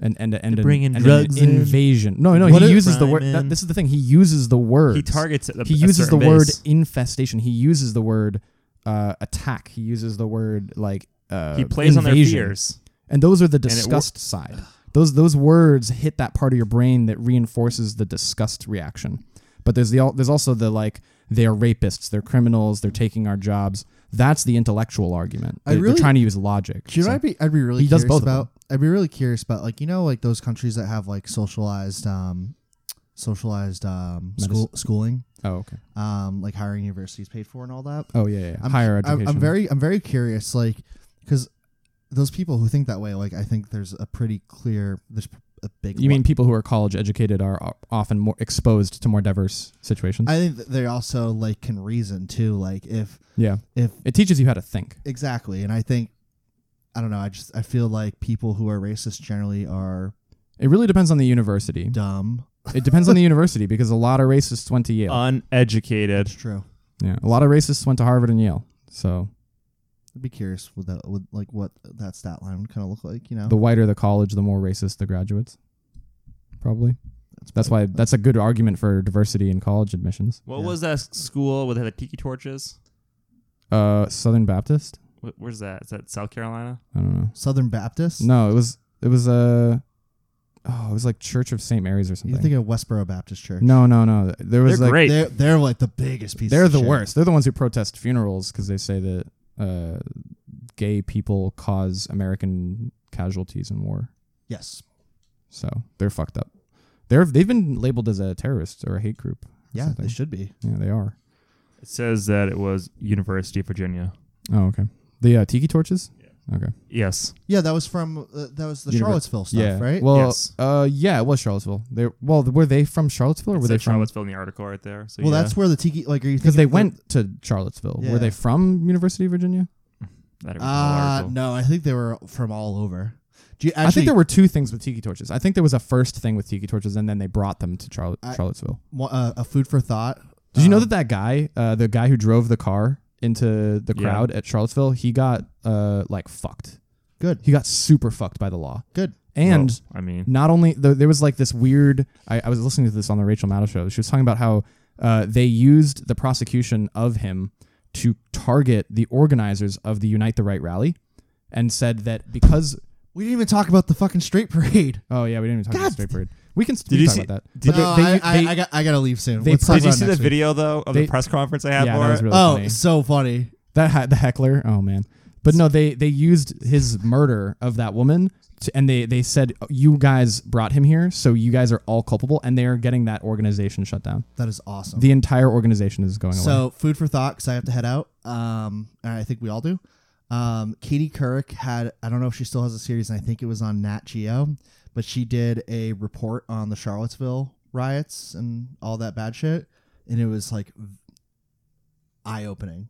Speaker 3: and and and, an-
Speaker 1: bringing
Speaker 3: and an
Speaker 1: drugs in.
Speaker 3: invasion. No, no,
Speaker 1: What
Speaker 3: he
Speaker 1: is
Speaker 3: uses the word.
Speaker 1: crime
Speaker 3: That,
Speaker 1: in?
Speaker 3: this is the thing. He uses the word.
Speaker 1: He targets a-
Speaker 3: He
Speaker 1: a
Speaker 3: uses the
Speaker 1: certain
Speaker 3: word
Speaker 1: base.
Speaker 3: infestation. He uses the word uh, attack. He uses the word like. Uh,
Speaker 1: He plays on their
Speaker 3: invasion.
Speaker 1: fears.
Speaker 3: and those are the
Speaker 1: it wor-
Speaker 3: disgust side. Those those words hit that part of your brain that reinforces the disgust reaction. But there's the al- there's also the like they're rapists, they're criminals, they're taking our jobs. That's the intellectual argument.
Speaker 2: I
Speaker 3: They're, they're
Speaker 2: really-
Speaker 3: trying to use logic.
Speaker 2: Do you know
Speaker 3: So-
Speaker 2: what I'd be I'd be really
Speaker 3: He does
Speaker 2: curious
Speaker 3: both of
Speaker 2: about I'd be really curious about like you know like those countries that have like socialized um socialized um,
Speaker 3: Medis-
Speaker 2: school schooling,
Speaker 3: Oh, okay.
Speaker 2: um, like hiring universities paid for and all that.
Speaker 3: Oh, yeah, yeah. yeah.
Speaker 2: I'm,
Speaker 3: Higher
Speaker 2: I'm-
Speaker 3: education.
Speaker 2: I'm very I'm very curious, like, because those people who think that way, like, I think there's a pretty clear there's a big.
Speaker 3: You
Speaker 2: li-
Speaker 3: mean people who are college educated are o- often more exposed to more diverse situations?
Speaker 2: I think that they also like can reason too, like if
Speaker 3: yeah.
Speaker 2: if
Speaker 3: It teaches you how to think.
Speaker 2: exactly, and I think I don't know, I just I feel like people who are racist generally are
Speaker 3: It really depends on the university.
Speaker 2: dumb.
Speaker 3: It depends on the university because a lot of racists went to
Speaker 2: Uh,
Speaker 3: Yale.
Speaker 1: Uneducated.
Speaker 2: It's true.
Speaker 3: yeah. A lot of racists went to Harvard and Yale. So
Speaker 2: I'd be curious with that, with like what that stat line would kind of look like. You know,
Speaker 3: the whiter the college, the more racist the graduates. Probably. That's why that's a good argument for diversity in college admissions.
Speaker 1: What was that school where they had the tiki torches?
Speaker 3: Uh, Southern Baptist.
Speaker 1: Wh- Where's that? Is that South Carolina?
Speaker 3: I don't know.
Speaker 2: Southern Baptist.
Speaker 3: No, it was it was a oh, it was like Church of St. Mary's or something.
Speaker 2: you're thinking of Westboro Baptist Church.
Speaker 3: no, no, no. There was
Speaker 1: They're
Speaker 3: like
Speaker 1: great.
Speaker 2: they're they're like the biggest piece.
Speaker 3: they're
Speaker 2: of
Speaker 3: the
Speaker 2: shit.
Speaker 3: worst. They're the ones who protest funerals because they say that uh, gay people cause American casualties in war.
Speaker 2: Yes.
Speaker 3: So they're fucked up. They're they've been labeled as a terrorist or a hate group. or
Speaker 2: Yeah,
Speaker 3: something.
Speaker 2: they should be.
Speaker 3: Yeah, they are.
Speaker 1: It says that it was University of Virginia.
Speaker 3: Oh, okay. The uh, tiki torches. Yeah. Okay.
Speaker 1: Yes.
Speaker 2: Yeah, that was from uh, that was the
Speaker 3: Univers-
Speaker 2: Charlottesville stuff,
Speaker 3: yeah.
Speaker 2: right?
Speaker 3: Well,
Speaker 1: Yes.
Speaker 3: uh, yeah, it was Charlottesville. They well, were they from Charlottesville? Or
Speaker 1: It
Speaker 3: were they
Speaker 1: said
Speaker 3: from?
Speaker 1: Charlottesville in the article right there. So
Speaker 2: well,
Speaker 1: yeah,
Speaker 2: that's where the tiki like are you
Speaker 3: Because
Speaker 2: thinking
Speaker 3: they
Speaker 2: of the-
Speaker 3: went to Charlottesville.
Speaker 2: Yeah.
Speaker 3: Were they from University of Virginia?
Speaker 1: that original
Speaker 2: Uh,
Speaker 1: article.
Speaker 2: no, I think they were from all over. Do you actually?
Speaker 3: I think there were two things with tiki torches. I think there was a first thing with tiki torches, and then they brought them to Charlotte,
Speaker 2: I-
Speaker 3: Charlottesville.
Speaker 2: wa- uh, a food for thought.
Speaker 3: Did you know
Speaker 2: Um,
Speaker 3: that that guy, uh, the guy who drove the car into the
Speaker 1: Yeah.
Speaker 3: crowd at Charlottesville, he got uh, like fucked.
Speaker 2: Good.
Speaker 3: He got super fucked by the law.
Speaker 2: Good.
Speaker 3: And
Speaker 1: Well, I mean,
Speaker 3: not only th- there was like this weird I, I was listening to this on the rachel maddow show she was talking about how uh, they used the prosecution of him to target the organizers of the unite the right rally and said that because
Speaker 2: We didn't even talk about the fucking straight parade.
Speaker 3: oh yeah we didn't even talk about
Speaker 2: God.
Speaker 3: the straight parade we can
Speaker 1: Did
Speaker 3: still
Speaker 1: you
Speaker 3: talk
Speaker 1: see-
Speaker 3: about that
Speaker 1: did-
Speaker 3: But
Speaker 2: no,
Speaker 3: they-
Speaker 2: I,
Speaker 3: they-
Speaker 2: I,
Speaker 3: they-
Speaker 2: I, got, I gotta leave soon.
Speaker 3: they-
Speaker 2: Let's talk
Speaker 1: did you
Speaker 2: about it
Speaker 1: see the
Speaker 2: next week.
Speaker 1: video though of
Speaker 3: They-
Speaker 1: the press conference I had?
Speaker 3: yeah
Speaker 1: for
Speaker 3: that was
Speaker 1: it?
Speaker 3: really
Speaker 2: Oh,
Speaker 3: funny
Speaker 2: so funny.
Speaker 3: that ha- the heckler oh man but no they they used his murder of that woman to, and they they said you guys brought him here so you guys are all culpable and they are getting that organization shut down
Speaker 2: That is awesome.
Speaker 3: the entire organization is going away
Speaker 2: So food for thought because I have to head out. Um, and I think we all do. Um, Katie Couric had I don't know if she still has a series, and I think it was on Nat Geo, but she did a report on the Charlottesville riots and all that bad shit, and it was like eye opening.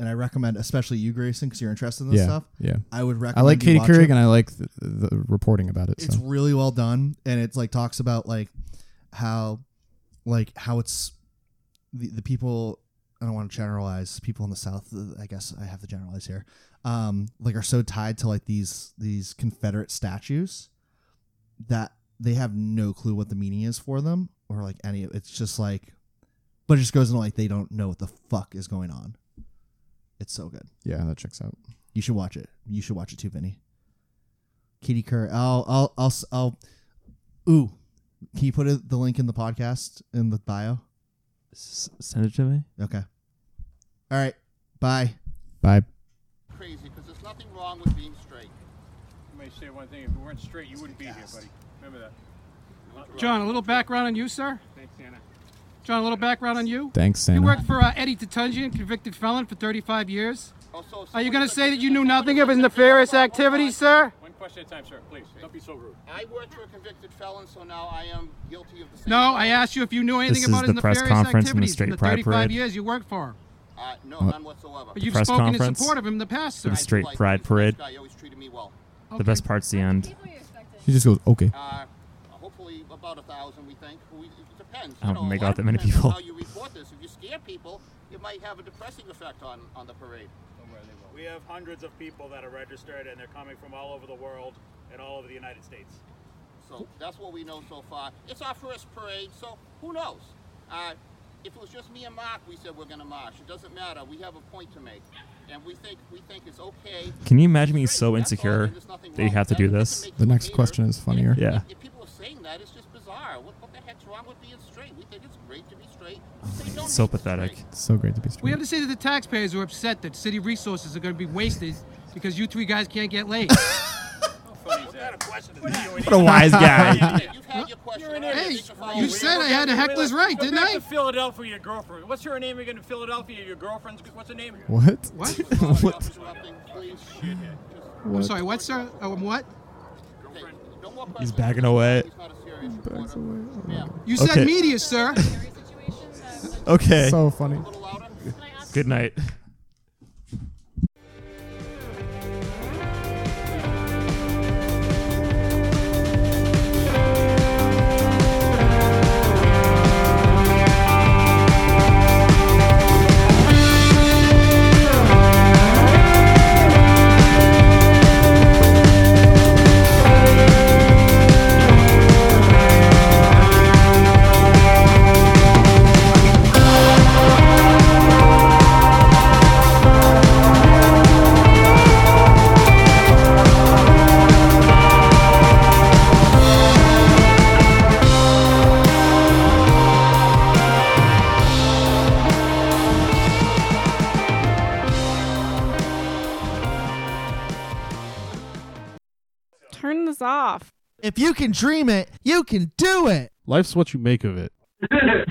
Speaker 2: And I recommend, especially you, Grayson, because you're interested in this
Speaker 3: yeah
Speaker 2: stuff.
Speaker 3: yeah
Speaker 2: I would recommend.
Speaker 3: I like
Speaker 2: you
Speaker 3: Katie
Speaker 2: watch
Speaker 3: Couric
Speaker 2: it.
Speaker 3: and I like the, the reporting about it.
Speaker 2: It's
Speaker 3: So
Speaker 2: really well done, and it's like talks about like how, like how it's the, the people. I don't want to generalize people in the South. uh, I guess I have to generalize here. Um, like are so tied to like these these Confederate statues that they have no clue what the meaning is for them or like any. It's just like, but it just goes into like they don't know what the fuck is going on. It's so good.
Speaker 3: yeah, that checks out.
Speaker 2: You should watch it. You should watch it too, Vinny. Katie Kerr. I'll, I'll, I'll, s- I'll. Ooh, can you put it, the link in the podcast in the bio?
Speaker 1: S- send it to me.
Speaker 2: Okay. All right. Bye.
Speaker 3: Bye.
Speaker 7: Crazy, because there's nothing wrong with being straight.
Speaker 8: Let me say one thing. If we weren't straight, you wouldn't be here, buddy. Remember that. John, a little background on you, sir. Thanks, Anna. John, a little background on you.
Speaker 3: Thanks,
Speaker 8: You
Speaker 3: Santa.
Speaker 8: worked for uh, Eddie Tatungian, convicted felon for 35 years.
Speaker 7: Also,
Speaker 8: Are you going to say that you knew nothing of his nefarious activities, sir? One question at a time, sir. Please, don't be so rude.
Speaker 7: I worked for a convicted felon, so now I am guilty of the same.
Speaker 8: No,
Speaker 7: crime.
Speaker 8: I asked you if you knew anything
Speaker 1: This is
Speaker 8: about his
Speaker 1: the press
Speaker 8: nefarious
Speaker 1: conference and the
Speaker 8: activities
Speaker 1: straight
Speaker 8: from the
Speaker 1: pride
Speaker 8: 35
Speaker 1: parade.
Speaker 8: years you worked for him.
Speaker 7: Uh, no, none whatsoever.
Speaker 8: But you've
Speaker 1: press
Speaker 8: spoken
Speaker 1: conference?
Speaker 8: in support of him in the past, sir.
Speaker 1: The
Speaker 7: I do
Speaker 1: straight
Speaker 7: like
Speaker 1: pride
Speaker 7: this nice
Speaker 1: parade.
Speaker 7: guy, he always treated me well.
Speaker 8: Okay.
Speaker 1: The best part's the end.
Speaker 3: He just goes, okay.
Speaker 7: Uh, hopefully about a thousand, we think. We, it depends.
Speaker 1: I don't
Speaker 7: you know,
Speaker 1: think
Speaker 7: a
Speaker 1: they
Speaker 7: lot
Speaker 1: got that
Speaker 7: of
Speaker 1: many
Speaker 7: depends on
Speaker 1: people.
Speaker 7: How you report this? If you scare people, it might have a depressing effect on on the parade.
Speaker 9: We have hundreds of people that are registered, and they're coming from all over the world and all over the United States.
Speaker 7: So that's what we know so far. It's our first parade, so who knows? Uh, if it was just me and Mark, we said we're going to march. It doesn't matter. We have a point to make, and we think we think it's okay.
Speaker 1: Can you imagine being
Speaker 7: Great,
Speaker 1: so
Speaker 7: that's all,
Speaker 1: insecure
Speaker 7: and there's nothing
Speaker 1: that you
Speaker 7: wrong
Speaker 1: have to
Speaker 7: with that.
Speaker 1: do
Speaker 7: It doesn't
Speaker 1: this?
Speaker 7: make
Speaker 3: The
Speaker 7: you
Speaker 3: next
Speaker 7: hater.
Speaker 3: question is
Speaker 7: And
Speaker 3: funnier.
Speaker 7: if-
Speaker 1: Yeah.
Speaker 7: If people are saying that, it's just bizarre. What, what the heck's wrong with being straight? We think it's great to be straight. We say don't
Speaker 1: So
Speaker 7: need to be
Speaker 1: pathetic.
Speaker 7: straight.
Speaker 3: It's so great to be
Speaker 8: We
Speaker 3: straight.
Speaker 8: have to say that the taxpayers are upset that city resources are going to be wasted because you three guys can't get laid.
Speaker 9: How funny is that? kind of question is that?
Speaker 1: What a wise guy.
Speaker 7: Hey, You've had your question.
Speaker 9: You're an
Speaker 7: I don't
Speaker 9: idiot.
Speaker 7: think can follow
Speaker 9: Hey,
Speaker 8: You
Speaker 7: up.
Speaker 8: said I had to heckler's right,
Speaker 9: Go
Speaker 8: didn't
Speaker 9: back
Speaker 8: I?
Speaker 9: to Philadelphia, your girlfriend. What's her name again in Philadelphia? Your girlfriend's. What's her name?
Speaker 3: What?
Speaker 8: What?
Speaker 3: what?
Speaker 7: Interrupting, please.
Speaker 8: I'm sorry, what, sir? Um, what?
Speaker 7: Hey, no more
Speaker 1: He's
Speaker 7: questions.
Speaker 1: backing away.
Speaker 7: He's not a serious reporter. Ma'am,
Speaker 8: You said
Speaker 1: Okay.
Speaker 8: media, sir.
Speaker 1: Okay.
Speaker 3: So funny.
Speaker 7: a little louder.
Speaker 1: Good night.
Speaker 6: Turn this off.
Speaker 2: If you can dream it, you can do it.
Speaker 10: Life's what you make of it.